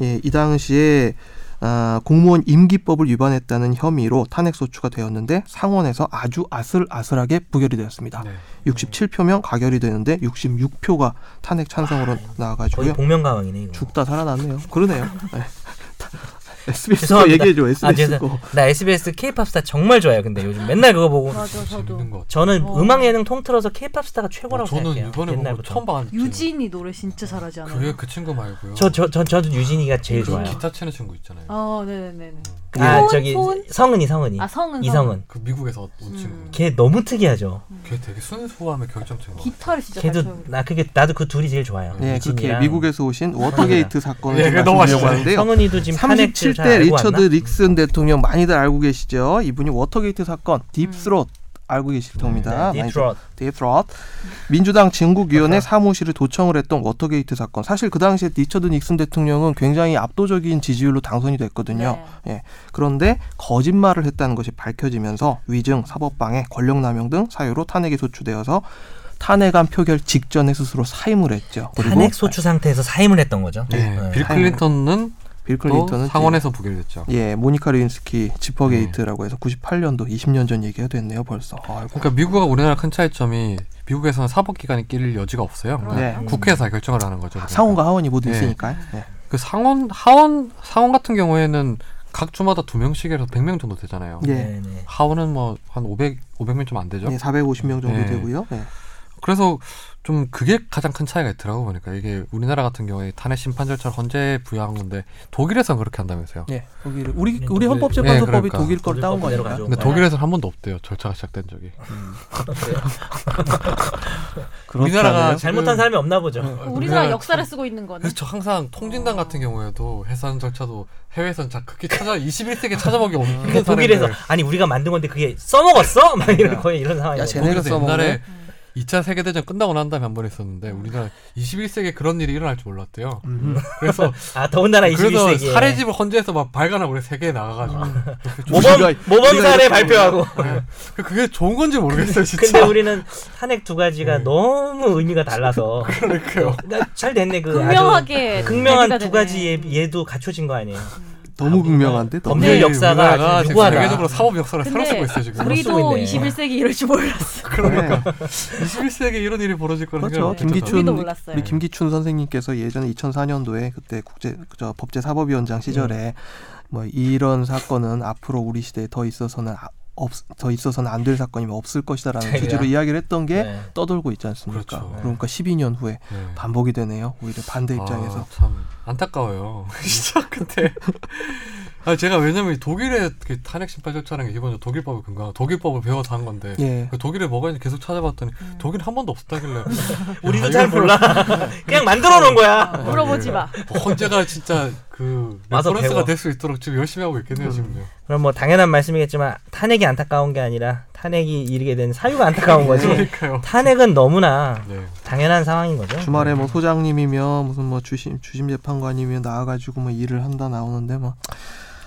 Speaker 4: 예, 이 당시에 아, 공무원 임기법을 위반했다는 혐의로 탄핵 소추가 되었는데 상원에서 아주 아슬아슬하게 부결이 되었습니다.
Speaker 1: 네.
Speaker 4: 67표면 가결이 되는데 66표가 탄핵 찬성으로
Speaker 2: 아, 거의
Speaker 4: 나와가지고요.
Speaker 2: 복면 가왕이네 이거.
Speaker 4: 죽다 살아났네요. 그러네요. 네. SBS 거
Speaker 2: 죄송합니다.
Speaker 4: 얘기해줘.
Speaker 2: 아,
Speaker 4: SBS
Speaker 2: 죄송-
Speaker 4: 거.
Speaker 2: 나 SBS K-팝 스타 정말 좋아요. 근데 요즘 맨날 그거 보고
Speaker 3: 맞아 저도.
Speaker 1: 재밌는 것 같아요.
Speaker 2: 저는
Speaker 3: 어.
Speaker 2: 음악 예능 통틀어서 K-팝 스타가 최고라고
Speaker 1: 저는
Speaker 2: 생각해요.
Speaker 1: 이번에 보고
Speaker 2: 옛날부터.
Speaker 1: 처음 봤는데
Speaker 3: 유진이 노래 진짜 잘하지 않아요?
Speaker 1: 그게 그 친구 말고요.
Speaker 2: 저저저 저는 유진이가 제일
Speaker 1: 그
Speaker 2: 좋아요.
Speaker 1: 기타 치는 친구 있잖아요.
Speaker 3: 어, 네네네.
Speaker 2: 아
Speaker 3: 소은?
Speaker 2: 저기
Speaker 3: 소은?
Speaker 2: 성은이 성은이
Speaker 3: 그 아 성은
Speaker 2: 이성은
Speaker 1: 그 미국에서 온
Speaker 4: 음.
Speaker 1: 친구.
Speaker 2: 걔 너무 특이하죠.
Speaker 1: 걔 되게 순수함의 결정체인 것 같아요.
Speaker 3: 기타를 진짜 잘
Speaker 2: 걔도
Speaker 3: 쳐요.
Speaker 2: 나 그게 나도 그 둘이 제일 좋아요.
Speaker 4: 네, 그렇게
Speaker 2: 유진이랑.
Speaker 4: 미국에서 오신 워터게이트 사건을
Speaker 1: 예,
Speaker 4: 좀
Speaker 1: 그거 너무
Speaker 4: 말씀드리려고
Speaker 1: 아시죠?
Speaker 4: 하는데요.
Speaker 2: 성은이도 지금 탄핵 줄
Speaker 4: 37대
Speaker 2: 잘 알고 왔나?
Speaker 4: 리처드 닉슨 대통령 많이들 알고 계시죠? 이분이 워터게이트 사건 딥스롯 알고 계실 겁니다.
Speaker 2: 음. 네,
Speaker 4: 많이들
Speaker 2: 디트롯.
Speaker 4: 딥스롯 민주당 진국위원회 사무실을 도청을 했던 워터게이트 사건 사실 그 당시에 리처드 닉슨 대통령은 굉장히 압도적인 지지율로 당선이 됐거든요. 예. 그런데 거짓말을 했다는 것이 밝혀지면서 위증, 사법방해, 권력남용 등 사유로 탄핵이 소추되어서 탄핵안 표결 직전에 스스로 사임을 했죠. 그리고
Speaker 2: 탄핵 소추 상태에서 사임을 했던 거죠.
Speaker 1: 네.
Speaker 2: 네.
Speaker 1: 빌 클린턴은
Speaker 4: 네. 빌
Speaker 1: 또
Speaker 4: 클린턴은
Speaker 1: 상원에서 부결됐죠.
Speaker 4: 예, 모니카 레인스키 지퍼게이트라고 해서 98년도 20년 전 얘기가 됐네요, 벌써. 아이고.
Speaker 1: 그러니까 미국과 우리나라 큰 차이점이 미국에서는 사법 기관이 끼릴 여지가 없어요.
Speaker 4: 네.
Speaker 1: 그러니까 국회에서 결정을 하는 거죠. 그러니까.
Speaker 4: 상원과 하원이 모두
Speaker 1: 예.
Speaker 4: 있으니까요. 예.
Speaker 1: 그 상원 하원 상원 같은 경우에는 각 주마다 두 명씩해서 100명 정도 되잖아요.
Speaker 4: 예.
Speaker 2: 네, 네.
Speaker 1: 하원은 뭐 한 500, 500명 좀 안 되죠.
Speaker 4: 네, 450명 정도
Speaker 1: 예.
Speaker 4: 되고요. 예.
Speaker 1: 그래서 좀 그게 가장 큰 차이가 있더라고 보니까 이게 우리나라 같은 경우에 탄핵 심판 절차를 헌재에 부여한 건데 독일에서는 그렇게 한다면서요.
Speaker 4: 예. 독일 우리
Speaker 2: 우리
Speaker 1: 헌법재판소법이 네, 그러니까. 독일
Speaker 2: 거를 따온 거 아닐까요?
Speaker 1: 근데 독일에서는 한 번도 없대요. 절차가 시작된 적이. 우리나라가
Speaker 4: 뭐
Speaker 1: 지금-
Speaker 2: 잘못한 사람이 없나
Speaker 4: 어,
Speaker 2: 보죠.
Speaker 3: 우리나라
Speaker 1: 우리나라-
Speaker 3: 역사를 쓰고 있는 거네.
Speaker 1: 아, 그래서 저 항상 통진당 같은 경우에도 해산 절차도 해외에선 자 그렇게 찾아 21세기 찾아보기 없는
Speaker 2: 근데 그 독일에서 아니 우리가 만든 건데 그게 써먹었어? 막 이런 거의 이런 상황이
Speaker 4: 야,
Speaker 2: 었
Speaker 4: 쟤네-
Speaker 1: 독일에서
Speaker 4: 써먹네.
Speaker 1: 옛날에 2차 세계대전 끝나고 난 다음에 한 번 했었는데 우리나라 21세기에 그런 일이 일어날 줄 몰랐대요.
Speaker 4: 음.
Speaker 1: 그래서
Speaker 2: 아 더군다나
Speaker 1: 그래서
Speaker 2: 21세기에
Speaker 1: 사례집을 헌재에서 막 발간하고 우리 세계에 나가가지고
Speaker 4: 음.
Speaker 1: 그렇죠.
Speaker 4: 뭐
Speaker 1: 네.
Speaker 2: 모범
Speaker 4: 우리가-
Speaker 2: 모범
Speaker 4: 우리가
Speaker 2: 사례
Speaker 4: 이렇게 뭐
Speaker 2: 발표하고.
Speaker 1: 그게 좋은 건지 모르겠어요 진짜.
Speaker 2: 근데 우리는 탄핵 두
Speaker 4: 네.
Speaker 2: 가지가 너무 의미가 달라서
Speaker 1: 그러니까요.
Speaker 2: 나잘 됐네 그
Speaker 3: 극명하게
Speaker 2: 아주 극명한
Speaker 3: 대비가
Speaker 2: 두
Speaker 3: 되네.
Speaker 2: 가지 예- 얘도 갖춰진 거 아니에요.
Speaker 4: 너무 극명한데. 너무.
Speaker 2: 법률
Speaker 1: 네,
Speaker 2: 역사가
Speaker 1: 우리나라가
Speaker 2: 아주
Speaker 1: 지금
Speaker 2: 유구하다.
Speaker 1: 세계적으로 사법 역사를 새로
Speaker 3: 근데
Speaker 1: 쓰고 있어요 지금.
Speaker 2: 쓰고
Speaker 3: 우리도
Speaker 2: 있네.
Speaker 3: 21세기 이럴 줄 몰랐어.
Speaker 1: 네.
Speaker 4: 그러니까
Speaker 1: 21세기 에 이런 일이 벌어질 거라는
Speaker 4: 그렇죠.
Speaker 1: 생각을 못했잖아요.
Speaker 4: 김기춘
Speaker 3: 우리도
Speaker 1: 네.
Speaker 3: 몰랐어요.
Speaker 4: 우리 김기춘 선생님께서 예전에 2004년도에 그때 국제 저 법제사법위원장 시절에
Speaker 1: 네.
Speaker 4: 뭐 이런 사건은 앞으로 우리 시대에 더 있어서는 아, 없, 더 있어서는 안 될 사건이 뭐 없을 것이다라는
Speaker 2: 자기가.
Speaker 4: 주제로 이야기를 했던 게
Speaker 2: 네.
Speaker 4: 떠돌고 있지 않습니까?
Speaker 1: 그렇죠.
Speaker 4: 그러니까 12년 후에
Speaker 1: 네.
Speaker 4: 반복이 되네요. 오히려 반대 입장에서.
Speaker 1: 아, 참 안타까워요. 진짜 근데 아 제가 왜냐면 이 독일의 그 탄핵 심판 절차라는 게 기본적으로 독일법을 근거하고 독일법을 배워서 한 건데
Speaker 4: 예.
Speaker 1: 그 독일에 뭐가 있는지 계속 찾아봤더니 독일 한 번도 없었다길래
Speaker 2: 우리도
Speaker 1: 야,
Speaker 2: 잘
Speaker 1: 이거
Speaker 2: 몰라. 그냥 만들어 놓은 거야.
Speaker 3: 아, 물어보지 마.
Speaker 1: 언제가 뭐 진짜 그
Speaker 2: 와서 배워.
Speaker 1: 레퍼런스가 될 수 있도록 지금 열심히 하고 있겠네요 지금요.
Speaker 2: 그럼 뭐 당연한 말씀이겠지만 탄핵이 안타까운 게 아니라 탄핵이 이르게 된 사유가 안타까운 거지.
Speaker 1: 그러니까요.
Speaker 2: 탄핵은 너무나
Speaker 1: 네.
Speaker 2: 당연한 상황인 거죠.
Speaker 4: 주말에 뭐 소장님이면 무슨 뭐 주심 주심 재판관이면 나와가지고 뭐 일을 한다 나오는데 뭐.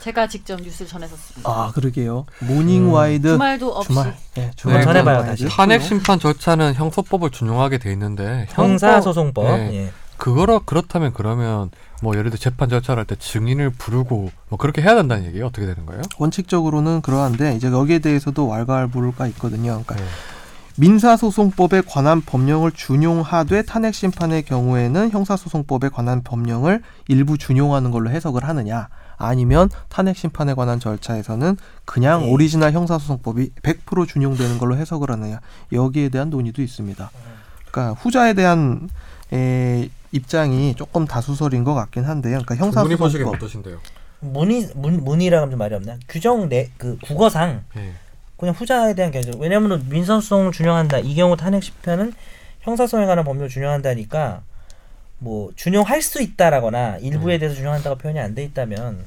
Speaker 3: 제가 직접 뉴스를 전했었습니다.
Speaker 4: 아 그러게요. 모닝 와이드
Speaker 3: 주말도 없이
Speaker 4: 주말. 예,
Speaker 1: 네,
Speaker 2: 전해봐요,
Speaker 4: 음. 와이드.
Speaker 2: 다시.
Speaker 1: 탄핵 심판 절차는 형소법을 준용하게 돼 있는데 형법-
Speaker 2: 형사소송법.
Speaker 1: 네.
Speaker 2: 예.
Speaker 1: 그거라 그렇다면 그러면 뭐 예를 들어 재판 절차를 할 때 증인을 부르고 뭐 그렇게 해야 된다는 얘기예요? 어떻게 되는 거예요?
Speaker 4: 원칙적으로는 그러한데 이제 여기에 대해서도 왈가왈부가 있거든요. 그러니까
Speaker 1: 네.
Speaker 4: 민사소송법에 관한 법령을 준용하되 탄핵 심판의 경우에는 형사소송법에 관한 법령을 일부 준용하는 걸로 해석을 하느냐 아니면 탄핵 심판에 관한 절차에서는 그냥
Speaker 2: 네.
Speaker 4: 오리지널 형사소송법이 100% 준용되는 걸로 해석을 하느냐 여기에 대한 논의도 있습니다. 그러니까 후자에 대한 에, 입장이 조금 다수설인 것 같긴 한데요. 그러니까 형사소송법
Speaker 1: 어떠신데요?
Speaker 2: 문의 문 문의라고 하면 좀 말이 없나? 규정 내 그 국어상
Speaker 1: 예.
Speaker 2: 그냥 후자에 대한 견제. 왜냐하면 민사소송을 준용한다. 이 경우 탄핵 심판은 형사소송에 관한 법률을 준용한다니까 뭐 준용할 수 있다라거나 일부에 대해서 준용한다가 표현이 안 돼 있다면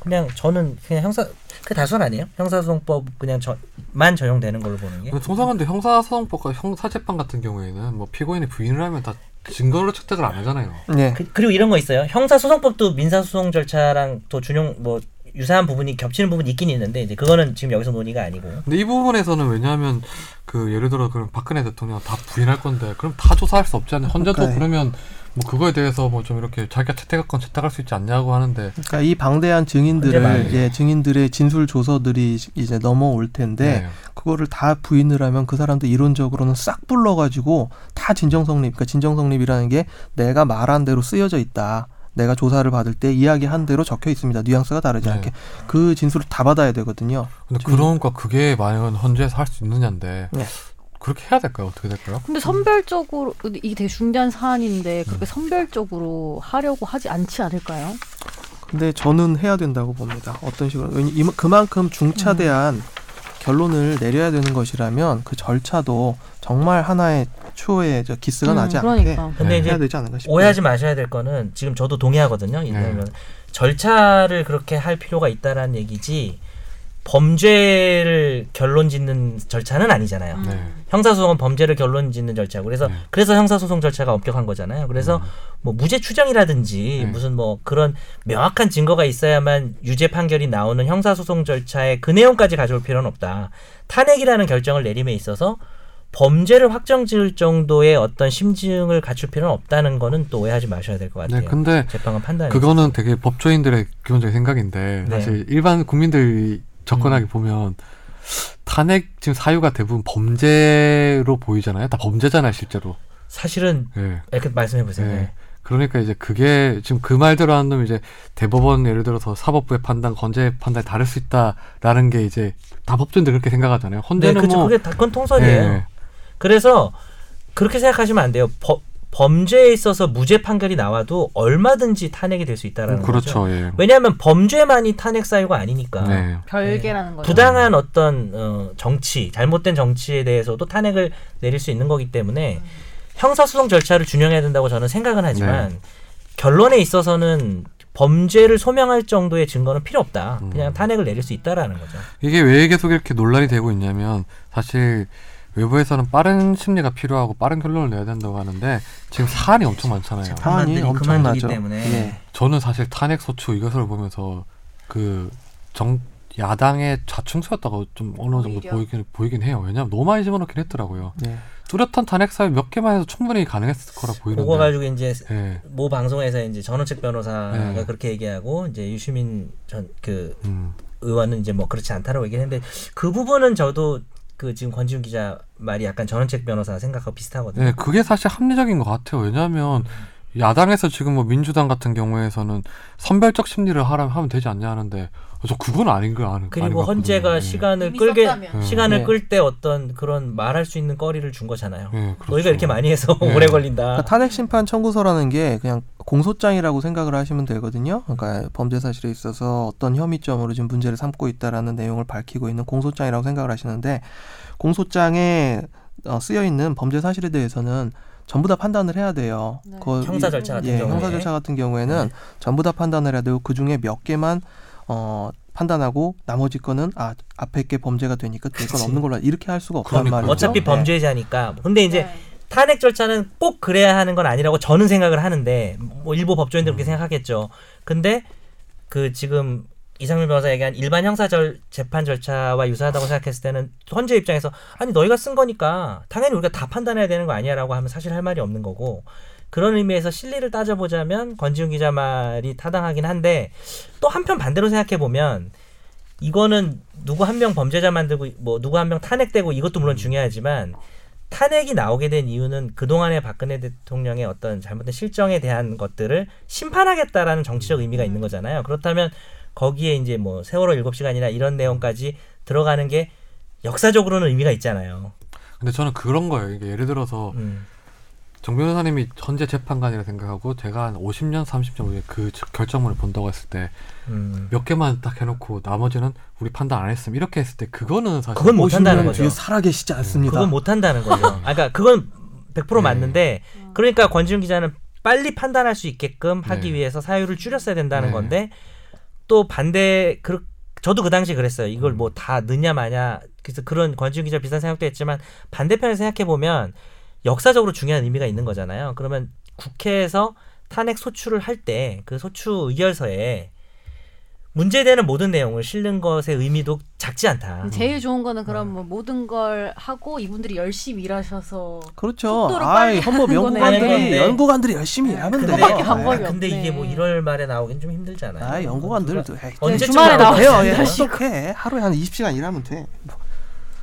Speaker 2: 그냥 저는 그냥 형사 그 다수는 아니에요. 형사소송법 그냥 저만 적용되는 걸로 보는 게.
Speaker 1: 근데 통상한데 형사소송법과 형사재판 같은 경우에는 뭐 피고인이 부인을 하면 다 증거로 채택을 안 하잖아요.
Speaker 4: 네.
Speaker 2: 그, 리고 이런 거 있어요. 형사소송법도 민사소송 절차랑 또 준용 뭐 유사한 부분이 겹치는 부분이 있긴 있는데 이제 그거는 지금 여기서 논의가 아니고.
Speaker 1: 근데 이 부분에서는 왜냐하면 그 예를 들어 그럼 박근혜 대통령 다 부인할 건데 그럼 다 조사할 수 없지 않냐? 헌재도
Speaker 4: 그러니까요.
Speaker 1: 그러면 뭐 그거에 대해서 뭐 좀 이렇게 자기가 채택할 건 채택할 수 있지 않냐고 하는데
Speaker 4: 그러니까 이 방대한 증인들을
Speaker 2: 문제만.
Speaker 4: 예, 증인들의 진술 조서들이 이제 넘어올 텐데
Speaker 1: 네.
Speaker 4: 그거를 다 부인을 하면 그 사람들 이론적으로는 싹 불러가지고 다 진정성립. 그러니까 진정성립이라는 게 내가 말한 대로 쓰여져 있다. 내가 조사를 받을 때 이야기한 대로 적혀 있습니다. 뉘앙스가 다르지
Speaker 1: 네.
Speaker 4: 않게 그 진술을 다 받아야 되거든요.
Speaker 1: 근데 그런가 그게 과연 헌재에서 할 수 있느냐인데
Speaker 4: 네.
Speaker 1: 그렇게 해야 될까요? 어떻게 될까요?
Speaker 3: 근데 선별적으로 이게 되게 중대한 사안인데 그렇게 선별적으로 하려고 하지 않지 않을까요?
Speaker 4: 근데 저는 해야 된다고 봅니다. 어떤 식으로 왜냐- 이마- 그만큼 중차대한 결론을 내려야 되는 것이라면 그 절차도 정말 하나의 추호의 저 기스가
Speaker 3: 음,
Speaker 4: 나지 않게
Speaker 3: 그러니까.
Speaker 2: 근데
Speaker 1: 네.
Speaker 2: 이제
Speaker 4: 해야 되지 않을까 싶어요.
Speaker 2: 오해하지 마셔야 될 거는 지금 저도 동의하거든요.
Speaker 1: 네.
Speaker 2: 이러면 절차를 그렇게 할 필요가 있다라는 얘기지 범죄를 결론 짓는 절차는 아니잖아요.
Speaker 3: 음.
Speaker 1: 네.
Speaker 2: 형사소송은 범죄를 결론 짓는 절차고 그래서
Speaker 1: 네.
Speaker 2: 그래서 형사소송 절차가 엄격한 거잖아요. 그래서
Speaker 1: 음.
Speaker 2: 뭐 무죄 추정이라든지
Speaker 1: 네.
Speaker 2: 무슨 뭐 그런 명확한 증거가 있어야만 유죄 판결이 나오는 형사소송 절차에 그 내용까지 가져올 필요는 없다. 탄핵이라는 결정을 내림에 있어서 범죄를 확정 지을 정도의 어떤 심증을 갖출 필요는 없다는 거는 또 오해하지 마셔야 될 것
Speaker 1: 네.
Speaker 2: 같아요.
Speaker 1: 근데
Speaker 2: 재판관 판단이.
Speaker 1: 그거는 되게 법조인들의 기본적인 생각인데
Speaker 2: 네. 음.
Speaker 1: 사실 일반 국민들이 접근하게 보면 탄핵 지금 사유가 대부분 범죄로 보이잖아요. 다 범죄잖아요, 실제로.
Speaker 2: 사실은
Speaker 1: 예.
Speaker 2: 이렇게 말씀해 보세요.
Speaker 1: 네.
Speaker 2: 네.
Speaker 1: 그러니까 이제 그게 지금 그 말대로 하면 이제 대법원 예를 들어서 사법부의 판단, 건재의 판단이 다를 수 있다라는 게 이제 다 법조인들 그렇게 생각하잖아요.
Speaker 2: 네,
Speaker 1: 헌재는
Speaker 2: 그렇죠.
Speaker 1: 뭐
Speaker 2: 그게 다 그건 통설이에요.
Speaker 1: 예.
Speaker 2: 그래서 그렇게 생각하시면 안 돼요. 법- 범죄에 있어서 무죄 판결이 나와도 얼마든지 탄핵이 될 수 있다라는 거죠.
Speaker 1: 그렇죠. 예.
Speaker 2: 왜냐하면 범죄만이 탄핵 사유가 아니니까
Speaker 1: 네.
Speaker 3: 별개라는 거죠.
Speaker 2: 부당한 어떤 어, 정치, 잘못된 정치에 대해서도 탄핵을 내릴 수 있는 거기 때문에 형사소송 절차를 준용해야 된다고 저는 생각은 하지만
Speaker 1: 네.
Speaker 2: 결론에 있어서는 범죄를 소명할 정도의 증거는 필요 없다. 그냥
Speaker 1: 음.
Speaker 2: 탄핵을 내릴 수 있다라는 거죠.
Speaker 1: 이게 왜 계속 이렇게 논란이 되고 있냐면 사실 외부에서는 빠른 심리가 필요하고 빠른 결론을 내야 된다고 하는데 지금 사안이 엄청 많잖아요.
Speaker 4: 사안이
Speaker 2: 그만두기
Speaker 4: 엄청나죠.
Speaker 2: 때문에.
Speaker 4: 예.
Speaker 1: 저는 사실 탄핵 소추 이것을 보면서 그 정 야당의 좌충수였다고 좀 어느 정도
Speaker 3: 오히려.
Speaker 1: 보이긴, 보이긴 해요. 왜냐하면 너무 많이 집어넣긴 했더라고요.
Speaker 4: 예.
Speaker 1: 뚜렷한 탄핵 사유 몇 개만 해도 충분히 가능했을 거라
Speaker 2: 그거
Speaker 1: 보이는데.
Speaker 2: 가지고 이제
Speaker 1: 예.
Speaker 2: 모 방송에서 이제 전원책 변호사가
Speaker 1: 네.
Speaker 2: 그렇게 얘기하고 이제 유시민 전 그
Speaker 1: 음.
Speaker 2: 의원은 이제 뭐 그렇지 않다라고 얘기했는데 그 부분은 저도 그 지금 권지훈 기자 말이 약간 전원책 변호사 생각하고 비슷하거든요.
Speaker 1: 네, 그게 사실 합리적인 것 같아요. 왜냐하면 야당에서 지금 뭐 민주당 같은 경우에서는 선별적 심리를 하라면 하면 되지 않냐 하는데 어, 저 그건 아닌 거 아는
Speaker 2: 그리고 헌재가 시간을 끌게 시간을
Speaker 4: 네.
Speaker 2: 끌 때 어떤 그런 말할 수 있는 거리를 준 거잖아요.
Speaker 1: 예, 그렇죠.
Speaker 2: 너희가 이렇게 많이 해서
Speaker 1: 네.
Speaker 2: 오래 걸린다.
Speaker 4: 그러니까 탄핵 심판 청구서라는 게 그냥 공소장이라고 생각을 하시면 되거든요. 그러니까 범죄 사실에 있어서 어떤 혐의점으로 지금 문제를 삼고 있다라는 내용을 밝히고 있는 공소장이라고 생각을 하시는데 공소장에 어, 쓰여 있는 범죄 사실에 대해서는 전부 다 판단을 해야 돼요.
Speaker 3: 네.
Speaker 4: 그거
Speaker 2: 형사
Speaker 4: 이-
Speaker 2: 절차 같은
Speaker 4: 예,
Speaker 2: 경우에
Speaker 4: 형사 절차 같은 경우에는
Speaker 2: 네.
Speaker 4: 전부 다 판단을 해야 되고 그 중에 몇 개만 어 판단하고 나머지 거는 아 앞에 게 범죄가 되니까 될 건
Speaker 2: 그치.
Speaker 4: 없는 걸로 알- 이렇게 할 수가 없단
Speaker 1: 그러니까요.
Speaker 4: 말이죠.
Speaker 2: 어차피
Speaker 4: 네.
Speaker 2: 범죄자니까. 근데
Speaker 3: 네.
Speaker 2: 이제
Speaker 5: 네.
Speaker 2: 탄핵 절차는 꼭 그래야 하는 건 아니라고 저는 생각을 하는데 뭐 일부 법조인들 그렇게 생각하겠죠. 근데 그 지금 이상민 변호사 얘기한 일반 형사 절 재판 절차와 유사하다고 생각했을 때는 헌재 입장에서 아니 너희가 쓴 거니까 당연히 우리가 다 판단해야 되는 거 아니야라고 하면 사실 할 말이 없는 거고 그런 의미에서 실리를 따져보자면 권지훈 기자 말이 타당하긴 한데 또 한편 반대로 생각해 보면 이거는 누구 한 명 범죄자 만들고 뭐 누구 한 명 탄핵되고 이것도 물론 중요하지만 탄핵이 나오게 된 이유는 그동안의 박근혜 대통령의 어떤 잘못된 실정에 대한 것들을 심판하겠다라는 정치적 의미가 있는 거잖아요. 그렇다면 거기에 이제 뭐 세월호 일곱 시간이나 이런 내용까지 들어가는 게 역사적으로는 의미가 있잖아요.
Speaker 1: 근데 저는 그런 거예요. 이게 예를 들어서
Speaker 2: 음.
Speaker 1: 정 변호사님이 현재 재판관이라 생각하고 제가 한 50년, 30년 후에 그 저- 결정문을 본다고 했을 때 몇
Speaker 2: 음.
Speaker 1: 개만 딱 해놓고 나머지는 우리 판단 안 했음 이렇게 했을 때 그거는 사실
Speaker 2: 그건 못 한다는
Speaker 4: 50년
Speaker 2: 거죠.
Speaker 4: 뒤에 살아계시지 않습니다. 네.
Speaker 2: 그건 못 한다는 거죠. 아, 그러니까 그건 100% 맞는데 그러니까 권지훈 기자는 빨리 판단할 수 있게끔 하기
Speaker 1: 네.
Speaker 2: 위해서 사유를 줄였어야 된다는
Speaker 1: 네.
Speaker 2: 건데 또 반대 그 저도 그 당시 그랬어요. 이걸 뭐 다 넣냐 마냐 그래서 그런 권지훈 기자 비슷한 생각도 했지만 반대편을 생각해 보면 역사적으로 중요한 의미가 있는 거잖아요. 그러면 국회에서 탄핵 소추를 할 때 그 소추 의결서에 문제되는 모든 내용을 실는 것의 의미도 작지 않다.
Speaker 5: 제일 좋은 거는 그럼 뭐 모든 걸 하고 이분들이 열심히 일하셔서
Speaker 4: 그렇죠.
Speaker 5: 속도를 빨리
Speaker 4: 아이, 헌법
Speaker 5: 하는 거네.
Speaker 2: 하는
Speaker 4: 연구관들이
Speaker 2: 건데.
Speaker 4: 연구관들이
Speaker 3: 네,
Speaker 4: 열심히 일하면 돼.
Speaker 5: 그거밖에 방법이
Speaker 2: 근데
Speaker 5: 없네.
Speaker 2: 이게 뭐 1월 말에 나오긴 좀 힘들잖아요.
Speaker 4: 아, 연구관들도 에이,
Speaker 2: 언제쯤
Speaker 3: 주말에
Speaker 2: 나올
Speaker 3: 나와요?
Speaker 2: 것 같은데.
Speaker 4: 예, 똑똑해. 하루에 한 20시간 일하면 돼.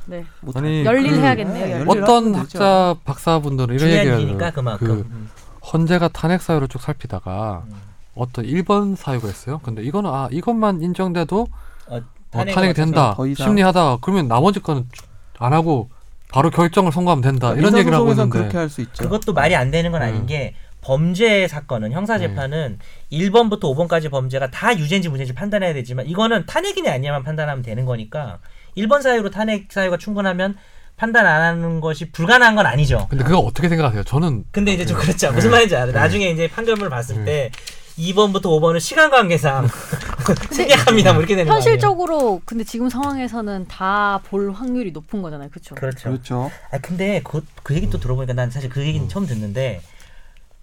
Speaker 5: 네.
Speaker 4: 못
Speaker 1: 아니
Speaker 3: 열일
Speaker 1: 그
Speaker 3: 해야겠네요.
Speaker 4: 네,
Speaker 3: 열일.
Speaker 4: 열일.
Speaker 1: 어떤
Speaker 4: 하면 되죠.
Speaker 1: 학자 박사분들은 이런
Speaker 2: 중요한
Speaker 1: 얘기를
Speaker 2: 일이니까 그만큼.
Speaker 1: 그 헌재가 탄핵 사유를 쭉 살피다가
Speaker 2: 음.
Speaker 1: 어떤 1번 사유가 있어요. 근데 이거는 아 이것만 인정돼도
Speaker 2: 어,
Speaker 1: 어, 탄핵이 된다.
Speaker 4: 더 이상.
Speaker 1: 심리하다가 그러면 나머지 거는 쭉안 하고 바로 결정을 선고하면 된다. 이런 얘기를 하고
Speaker 4: 민사소송에선
Speaker 1: 있는데
Speaker 4: 그렇게 할 수 있죠.
Speaker 2: 그것도 말이 안 되는 건 아닌
Speaker 1: 음. 네.
Speaker 2: 게 범죄 사건은 형사 재판은 1번부터 5번까지 범죄가 다 유죄인지 무죄인지 판단해야 되지만 이거는 탄핵이냐 아니냐만 판단하면 되는 거니까 1번 사유로 탄핵 사유가 충분하면 판단 안 하는 것이 불가능한 건 아니죠.
Speaker 1: 근데 그거 어떻게 생각하세요? 저는
Speaker 2: 근데 이제
Speaker 1: 음.
Speaker 2: 좀 그렇죠. 무슨
Speaker 1: 네.
Speaker 2: 말인지 알아요. 나중에 이제 판결문을 봤을 때 2번부터 5번은 시간 관계상 생략합니다. 뭐 이렇게 되는 거아요
Speaker 5: 현실적으로 근데 지금 상황에서는 다 볼 확률이 높은 거잖아요. 그렇죠?
Speaker 2: 그렇죠.
Speaker 4: 그렇죠.
Speaker 2: 아 근데 그, 그 얘기 또 들어보니까 난 사실 그 얘기는 처음 듣는데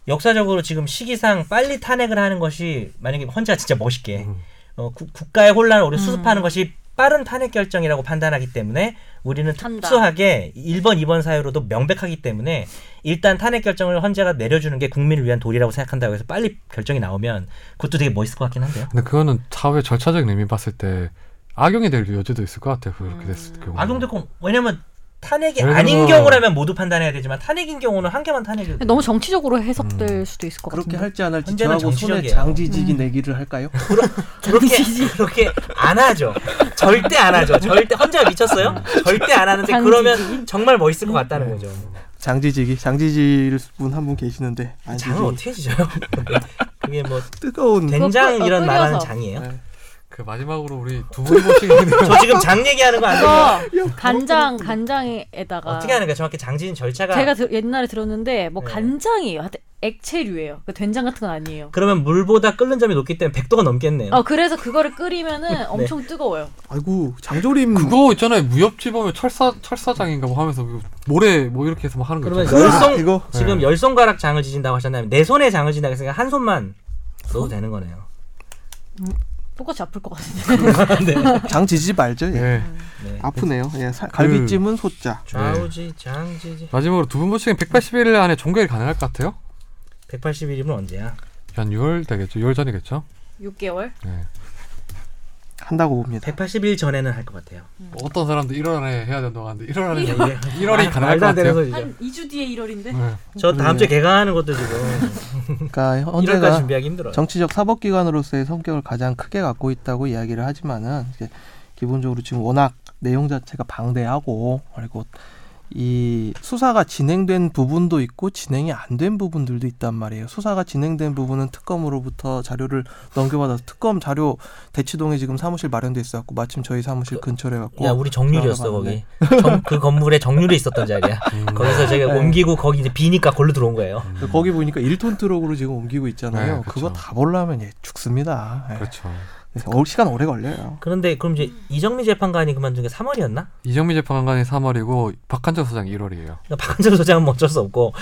Speaker 2: 역사적으로 지금 시기상 빨리 탄핵을 하는 것이 만약에 헌재가 진짜 멋있게
Speaker 1: 음,
Speaker 2: 어, 구- 국가의 혼란을
Speaker 5: 음.
Speaker 2: 우리 수습하는 것이 빠른 탄핵 결정이라고 판단하기 때문에 우리는
Speaker 5: 한다.
Speaker 2: 특수하게 1번, 2번 사유로도 명백하기 때문에 일단 탄핵 결정을 헌재가 내려주는 게 국민을 위한 도리라고 생각한다고 해서 빨리 결정이 나오면 그것도 되게 멋있을 것 같긴 한데요.
Speaker 1: 근데 그거는 사회 절차적인 의미 봤을 때 악용이 될 여지도 있을 것 같아요. 그렇게 됐을 경우.
Speaker 2: 악용도 있고 음. 왜냐면 음. 탄핵이
Speaker 1: 예를
Speaker 2: 아닌
Speaker 1: 들어-
Speaker 2: 경우라면 모두 판단해야 되지만 탄핵인 경우는 한 개만 탄핵이
Speaker 5: 너무 정치적으로 해석될
Speaker 2: 음.
Speaker 5: 수도 있을 것
Speaker 4: 그렇게
Speaker 5: 같은데.
Speaker 4: 할지 안 할지
Speaker 2: 현재는
Speaker 4: 저하고 손에
Speaker 2: 정치적이에요.
Speaker 4: 장지지기 내기를 할까요?
Speaker 2: 그렇게 그렇게 안 하죠. 절대 안 하죠. 절대 혼자 미쳤어요? 절대 안 하는데 그러면 정말 멋있을 것 같다는
Speaker 1: 네.
Speaker 2: 거죠.
Speaker 4: 장지지기, 장지질 분한 분 계시는데 안
Speaker 2: 장은
Speaker 4: 지지.
Speaker 2: 어떻게 지져요? 그게 뭐
Speaker 4: 뜨거운
Speaker 2: 된장
Speaker 5: 끓여-
Speaker 2: 이런 말하는
Speaker 5: 끓여서.
Speaker 2: 장이에요?
Speaker 1: 그 마지막으로 우리 두 분이 보시기에는
Speaker 2: 저 지금 장 얘기하는 거 안 돼요.
Speaker 5: 그거 간장 간장에다가
Speaker 2: 어떻게 하는 거야? 정확히 장진 절차가
Speaker 5: 제가 들- 옛날에 들었는데 뭐
Speaker 2: 네.
Speaker 5: 간장이에요. 하여튼 액체류예요. 그 된장 같은 건 아니에요.
Speaker 2: 그러면 물보다 끓는 점이 높기 때문에 100도가 넘겠네요. 네.
Speaker 5: 어 그래서 그거를 끓이면은 엄청 뜨거워요.
Speaker 4: 아이고, 장조림
Speaker 1: 그거 있잖아요. 무협지 보면 철사 철사장인가 뭐 하면서 그 모래 뭐 이렇게 해서 막 하는 거
Speaker 2: 그러면
Speaker 1: 있잖아요.
Speaker 2: 열성
Speaker 4: 네, 이거?
Speaker 2: 지금
Speaker 1: 네.
Speaker 2: 열 손가락 장을 지진다고 하셨나요? 네 손에 장을 지진다고 했으니까 한 손만 넣어도 되는 거네요.
Speaker 5: 똑같이 아플 것 같은데.
Speaker 2: 네.
Speaker 4: 장지지 말죠. 예.
Speaker 1: 예.
Speaker 2: 네.
Speaker 4: 아프네요. 예, 사- 갈비찜은 소자.
Speaker 2: 좌우지 장지지
Speaker 1: 마지막으로 두 분 보시기엔 181일 안에 종결이 가능할 것 같아요?
Speaker 2: 181이면 언제야?
Speaker 1: 한 6월 되겠죠. 6월 전이겠죠.
Speaker 5: 6개월.
Speaker 4: 한다고 봅니다.
Speaker 2: 181 전에는 할 것 같아요.
Speaker 1: 어떤 사람도 1월 안에 해야 된다고 하는데 1월 안에
Speaker 2: 이게
Speaker 1: 음. 일월이
Speaker 2: 말-
Speaker 1: 가능할
Speaker 2: 말도
Speaker 1: 것
Speaker 2: 안 되는
Speaker 1: 같아요.
Speaker 2: 소리죠.
Speaker 5: 한 2주 뒤에 1월인데.
Speaker 1: 예.
Speaker 2: 저 다음
Speaker 4: 네.
Speaker 2: 주에 개강하는 것도 지금
Speaker 4: 그러니까
Speaker 1: 네.
Speaker 2: 1월까지
Speaker 4: 헌재가
Speaker 2: 준비하기 힘들어요.
Speaker 4: 정치적 사법기관으로서의 성격을 가장 크게 갖고 있다고 이야기를 하지만은 이제 기본적으로 지금 워낙 내용 자체가 방대하고 그리고 이 수사가 진행된 부분도 있고 진행이 안 된 부분들도 있단 말이에요. 수사가 진행된 부분은 특검으로부터 자료를 넘겨받아서 특검 자료 대치동에 지금 사무실 마련돼 있어갖고 마침 저희 사무실
Speaker 1: 그
Speaker 4: 근처래 갖고
Speaker 2: 야 우리 정률이었어 거기 정, 그 건물에 정률이 있었던 자리야 거기서 제가
Speaker 4: 네.
Speaker 2: 옮기고 거기 이제 비니까 골로 들어온 거예요
Speaker 4: 그 거기 보니까 1톤 트럭으로 지금 옮기고 있잖아요.
Speaker 1: 네, 그쵸.
Speaker 4: 그거 다 보려면 예, 죽습니다. 예.
Speaker 1: 그렇죠.
Speaker 4: 그래서 어, 시간 오래 걸려요. 그런데
Speaker 2: 그런데 그럼 이제 이정미 재판관이 그만둔 게 3월이었나?
Speaker 1: 이정미 재판관이 3월이고 박한정 소장 1월이에요. 예.
Speaker 2: 그러니까 박한철 소장은 뭐 어쩔 수 없고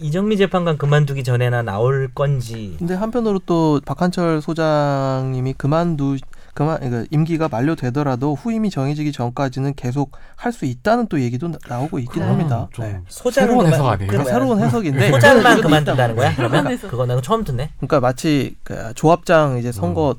Speaker 2: 이정미 재판관 그만두기 전에나 나올 건지
Speaker 4: 근데 한편으로 또 박한철 소장님이 그만두 그만 그러니까 임기가 만료되더라도 후임이 정해지기 전까지는 계속 할 수 있다는 또 얘기도 나- 나오고 있긴
Speaker 5: 그럼
Speaker 4: 합니다.
Speaker 1: 음, 좀
Speaker 4: 네.
Speaker 2: 소장은
Speaker 1: 새로운
Speaker 2: 그만-
Speaker 1: 해석 아니에요?
Speaker 2: 그만-
Speaker 1: 그러니까
Speaker 4: 새로운 해석인데
Speaker 2: 소장만
Speaker 4: 이것도
Speaker 2: 그만둔다는
Speaker 4: 있다고.
Speaker 2: 거야? 그러면
Speaker 5: 해석.
Speaker 2: 그거 나 처음 듣네
Speaker 4: 그러니까 마치 그 조합장 이제 선거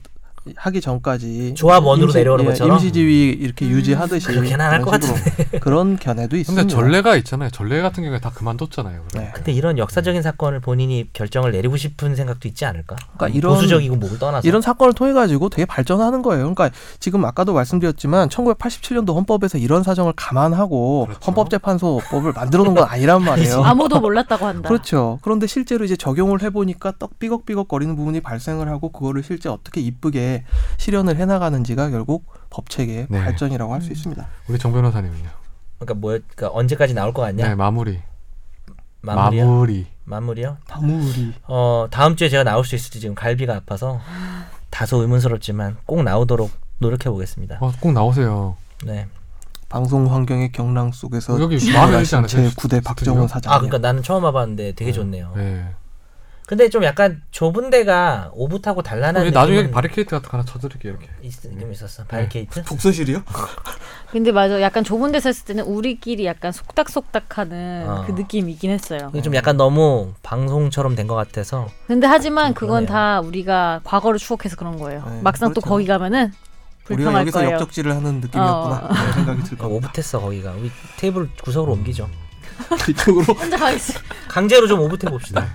Speaker 4: 하기 전까지
Speaker 2: 음.
Speaker 4: 예,
Speaker 2: 조합원으로 내려오는 것처럼? 음,
Speaker 4: 임시지위 이렇게 유지하듯이
Speaker 2: 그렇게는 안할것
Speaker 4: 그런 식으로 그런 견해도 있습니다.
Speaker 1: 근데 전례가 있잖아요. 전례 같은 경우에 다 그만뒀잖아요. 그럼.
Speaker 4: 네.
Speaker 2: 근데 이런 역사적인 사건을 본인이 결정을 내리고 싶은 생각도 있지 않을까?
Speaker 4: 그러니까 이런-
Speaker 2: 보수적이고 뭐를 떠나서
Speaker 4: 이런 사건을 통해 가지고 되게 발전하는 거예요. 그러니까 지금 아까도 말씀드렸지만 1987년도 헌법에서 이런 사정을 감안하고
Speaker 1: 그렇죠.
Speaker 4: 헌법재판소법을 만들어 놓은 건 아니란 말이에요.
Speaker 5: 아무도 몰랐다고 한다.
Speaker 4: 그렇죠. 그런데 실제로 이제 적용을 해보니까 떡 삐걱삐걱거리는 부분이 발생을 하고 그거를 실제 어떻게 이쁘게 실현을 해나가는지가 결국 법체계의
Speaker 1: 네.
Speaker 4: 발전이라고 할 수 있습니다.
Speaker 1: 우리 정 변호사님은요.
Speaker 2: 그러니까 뭐 그러니까 언제까지 나올 것 같냐?
Speaker 1: 네, 마무리.
Speaker 2: 마무리요?
Speaker 1: 마무리.
Speaker 2: 마무리요?
Speaker 4: 다무리.
Speaker 2: 어 다음 주에 제가 나올 수 있을지 지금 갈비가 아파서 다소 의문스럽지만 꼭 나오도록 노력해 보겠습니다.
Speaker 1: 어, 꼭 나오세요.
Speaker 2: 네.
Speaker 4: 방송 환경의 경랑 속에서
Speaker 1: 여기
Speaker 4: 신
Speaker 1: 마음에 들지 않으세요? 네.
Speaker 4: 제 9대
Speaker 1: 스튜디오?
Speaker 2: 그러니까
Speaker 4: 박정훈 사장님.
Speaker 2: 아 그러니까 나는 처음 와봤는데 되게 좋네요.
Speaker 1: 네.
Speaker 2: 근데 좀 약간 좁은 데가 오붓하고 단란한
Speaker 1: 우리 어, 예, 네. 나중에
Speaker 2: 느낌은
Speaker 1: 바리케이트 같은 거 하나 쳐드릴게요 이렇게.
Speaker 2: 있, 좀 있었어. 바리케이트.
Speaker 4: 독서실이요?
Speaker 3: 근데 맞아. 약간 좁은 데서 했을 때는 우리끼리 약간 속닥속닥하는
Speaker 2: 어.
Speaker 3: 그 느낌이 있긴 했어요.
Speaker 2: 이게 좀 약간 너무 방송처럼 된 것 같아서
Speaker 3: 근데 하지만
Speaker 2: 그러네요.
Speaker 3: 그건 다 우리가 과거를 추억해서 그런 거예요.
Speaker 4: 네,
Speaker 3: 막상 또
Speaker 4: 그렇죠.
Speaker 3: 거기 가면은
Speaker 4: 우리가
Speaker 3: 불평할
Speaker 4: 여기서
Speaker 3: 거예요.
Speaker 4: 역적질을 하는 느낌이었구나
Speaker 3: 어.
Speaker 4: 이런 생각이 들
Speaker 2: 아,
Speaker 1: 그러니까.
Speaker 4: 겁니다.
Speaker 2: 오붓했어 거기가. 우리 테이블 구석으로
Speaker 1: 음.
Speaker 2: 옮기죠.
Speaker 4: 이쪽으로
Speaker 3: 혼자 가겠어.
Speaker 2: 강제로 좀 오붓해 봅시다.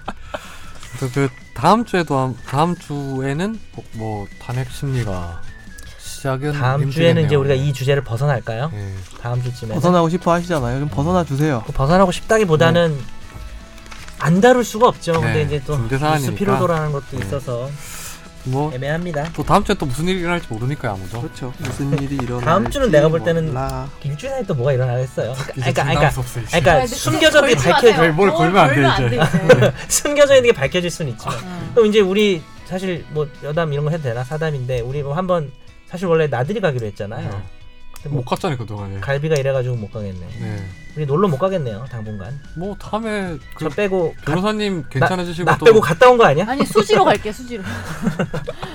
Speaker 1: 그래서 그 다음 주에도 한- 다음 주에는 뭐, 뭐 단핵 심리가 시작은
Speaker 2: 다음 주에는 이제 우리가 이 주제를 벗어날까요?
Speaker 1: 예.
Speaker 2: 다음 주쯤에 벗어나...
Speaker 4: 네. 벗어나고 싶어 하시잖아요. 좀 벗어나 주세요.
Speaker 2: 뭐 벗어나고 싶다기보다는 안 다룰 수가 없죠. 근데
Speaker 1: 네,
Speaker 2: 이제 또
Speaker 1: 중대
Speaker 2: 뉴스
Speaker 1: 사안이니까.
Speaker 2: 피로도라는 것도
Speaker 1: 네.
Speaker 2: 있어서
Speaker 1: 뭐 또
Speaker 2: 애매합니다.
Speaker 1: 다음 주에 또 무슨 일이 일어날지 모르니까요 아무도.
Speaker 4: 그렇죠. 무슨 일이 일어날지
Speaker 2: 다음 주는 내가 볼 때는
Speaker 4: 몰라.
Speaker 2: 일주일 사이 또 뭐가 일어나겠어요.
Speaker 1: 이제
Speaker 2: 그러니까
Speaker 1: 감당할
Speaker 2: 그러니까
Speaker 1: 수 없어, 이제.
Speaker 2: 그러니까 숨겨져 밝혀
Speaker 1: 마세요. 뭘
Speaker 3: 어,
Speaker 1: 걸면 안돼 이제.
Speaker 2: 숨겨져 있는 게 밝혀질 수는 있지만
Speaker 3: 어.
Speaker 2: 그럼 이제 우리 사실 뭐 여담 이런 거 해도 되나 사담인데 우리 뭐 한번 사실 원래 나들이 가기로 했잖아요.
Speaker 1: 네.
Speaker 2: 근데 뭐
Speaker 1: 못 갔잖아요 그동안에.
Speaker 2: 갈비가 이래가지고 못 가겠네.
Speaker 1: 네.
Speaker 2: 우리 놀러 못 가겠네요 당분간.
Speaker 1: 뭐 다음에 그
Speaker 2: 저 빼고 가-
Speaker 1: 변호사님 괜찮아지시고
Speaker 2: 나
Speaker 1: 또
Speaker 2: 빼고 갔다 온 거 아니야?
Speaker 5: 아니 수지로 갈게 수지로.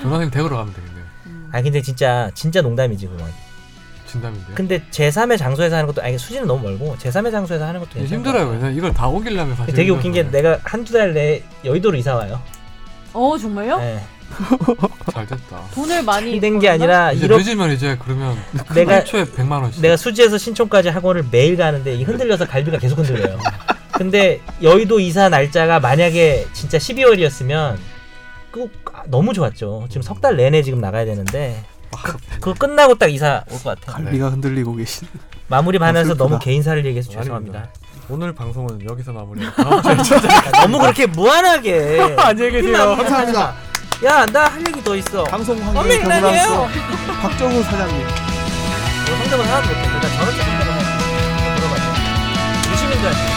Speaker 1: 변호사님 댁으로 가면 되겠네요.
Speaker 3: 음.
Speaker 2: 아니 근데 진짜 진짜 농담이지 그건.
Speaker 1: 진담인데. 요
Speaker 2: 근데 제3의 장소에서 하는 것도 아니 수지는 너무 멀고 제3의 장소에서 하는 것도 괜찮은 것
Speaker 1: 힘들어요.
Speaker 2: 같아요.
Speaker 1: 왜냐면 이걸 다 옮기려면 사실
Speaker 2: 되게 웃긴 게
Speaker 1: 힘들어요.
Speaker 2: 내가 한두 달 내에 여의도로 이사 와요.
Speaker 5: 어 정말요?
Speaker 2: 네.
Speaker 1: 잘 됐다.
Speaker 5: 돈을 많이 어?
Speaker 2: 힘든 게
Speaker 5: 벌었나?
Speaker 2: 아니라
Speaker 1: 이제
Speaker 2: 이렇게
Speaker 1: 늦으면 이제 그러면
Speaker 2: 내가-
Speaker 1: 내가 초에 100만
Speaker 4: 네.
Speaker 1: 원씩.
Speaker 2: 내가 수지에서 신촌까지 학원을 매일 가는데 이 흔들려서 갈비가 계속 흔들려요. 근데 여의도 이사 날짜가 만약에 진짜 12월이었으면 꼭 아, 너무 좋았죠. 지금 석 달 내내 지금 나가야 되는데 그거 끝나고 딱 이사 올 것 같아요.
Speaker 4: 아, 갈비가 흔들리고 계신.
Speaker 2: 마무리 반해서
Speaker 4: 슬프다.
Speaker 2: 너무 개인사를 얘기해서
Speaker 1: 아닙니다.
Speaker 2: 예, 죄송합니다.
Speaker 1: 오늘 방송은 여기서 마무리. 다음 주에
Speaker 2: 너무 그렇게 무한하게 안녕히 계세요.
Speaker 4: 감사합니다.
Speaker 2: 야나 할 얘기 더 있어.
Speaker 4: 방송
Speaker 2: 어메,
Speaker 4: 환경 경남소 박정우 사장님.
Speaker 2: 뭐 너 성대모사 하면 못해. 나 저런 척 성대모사 물어봤어. 무심인 줄 알지.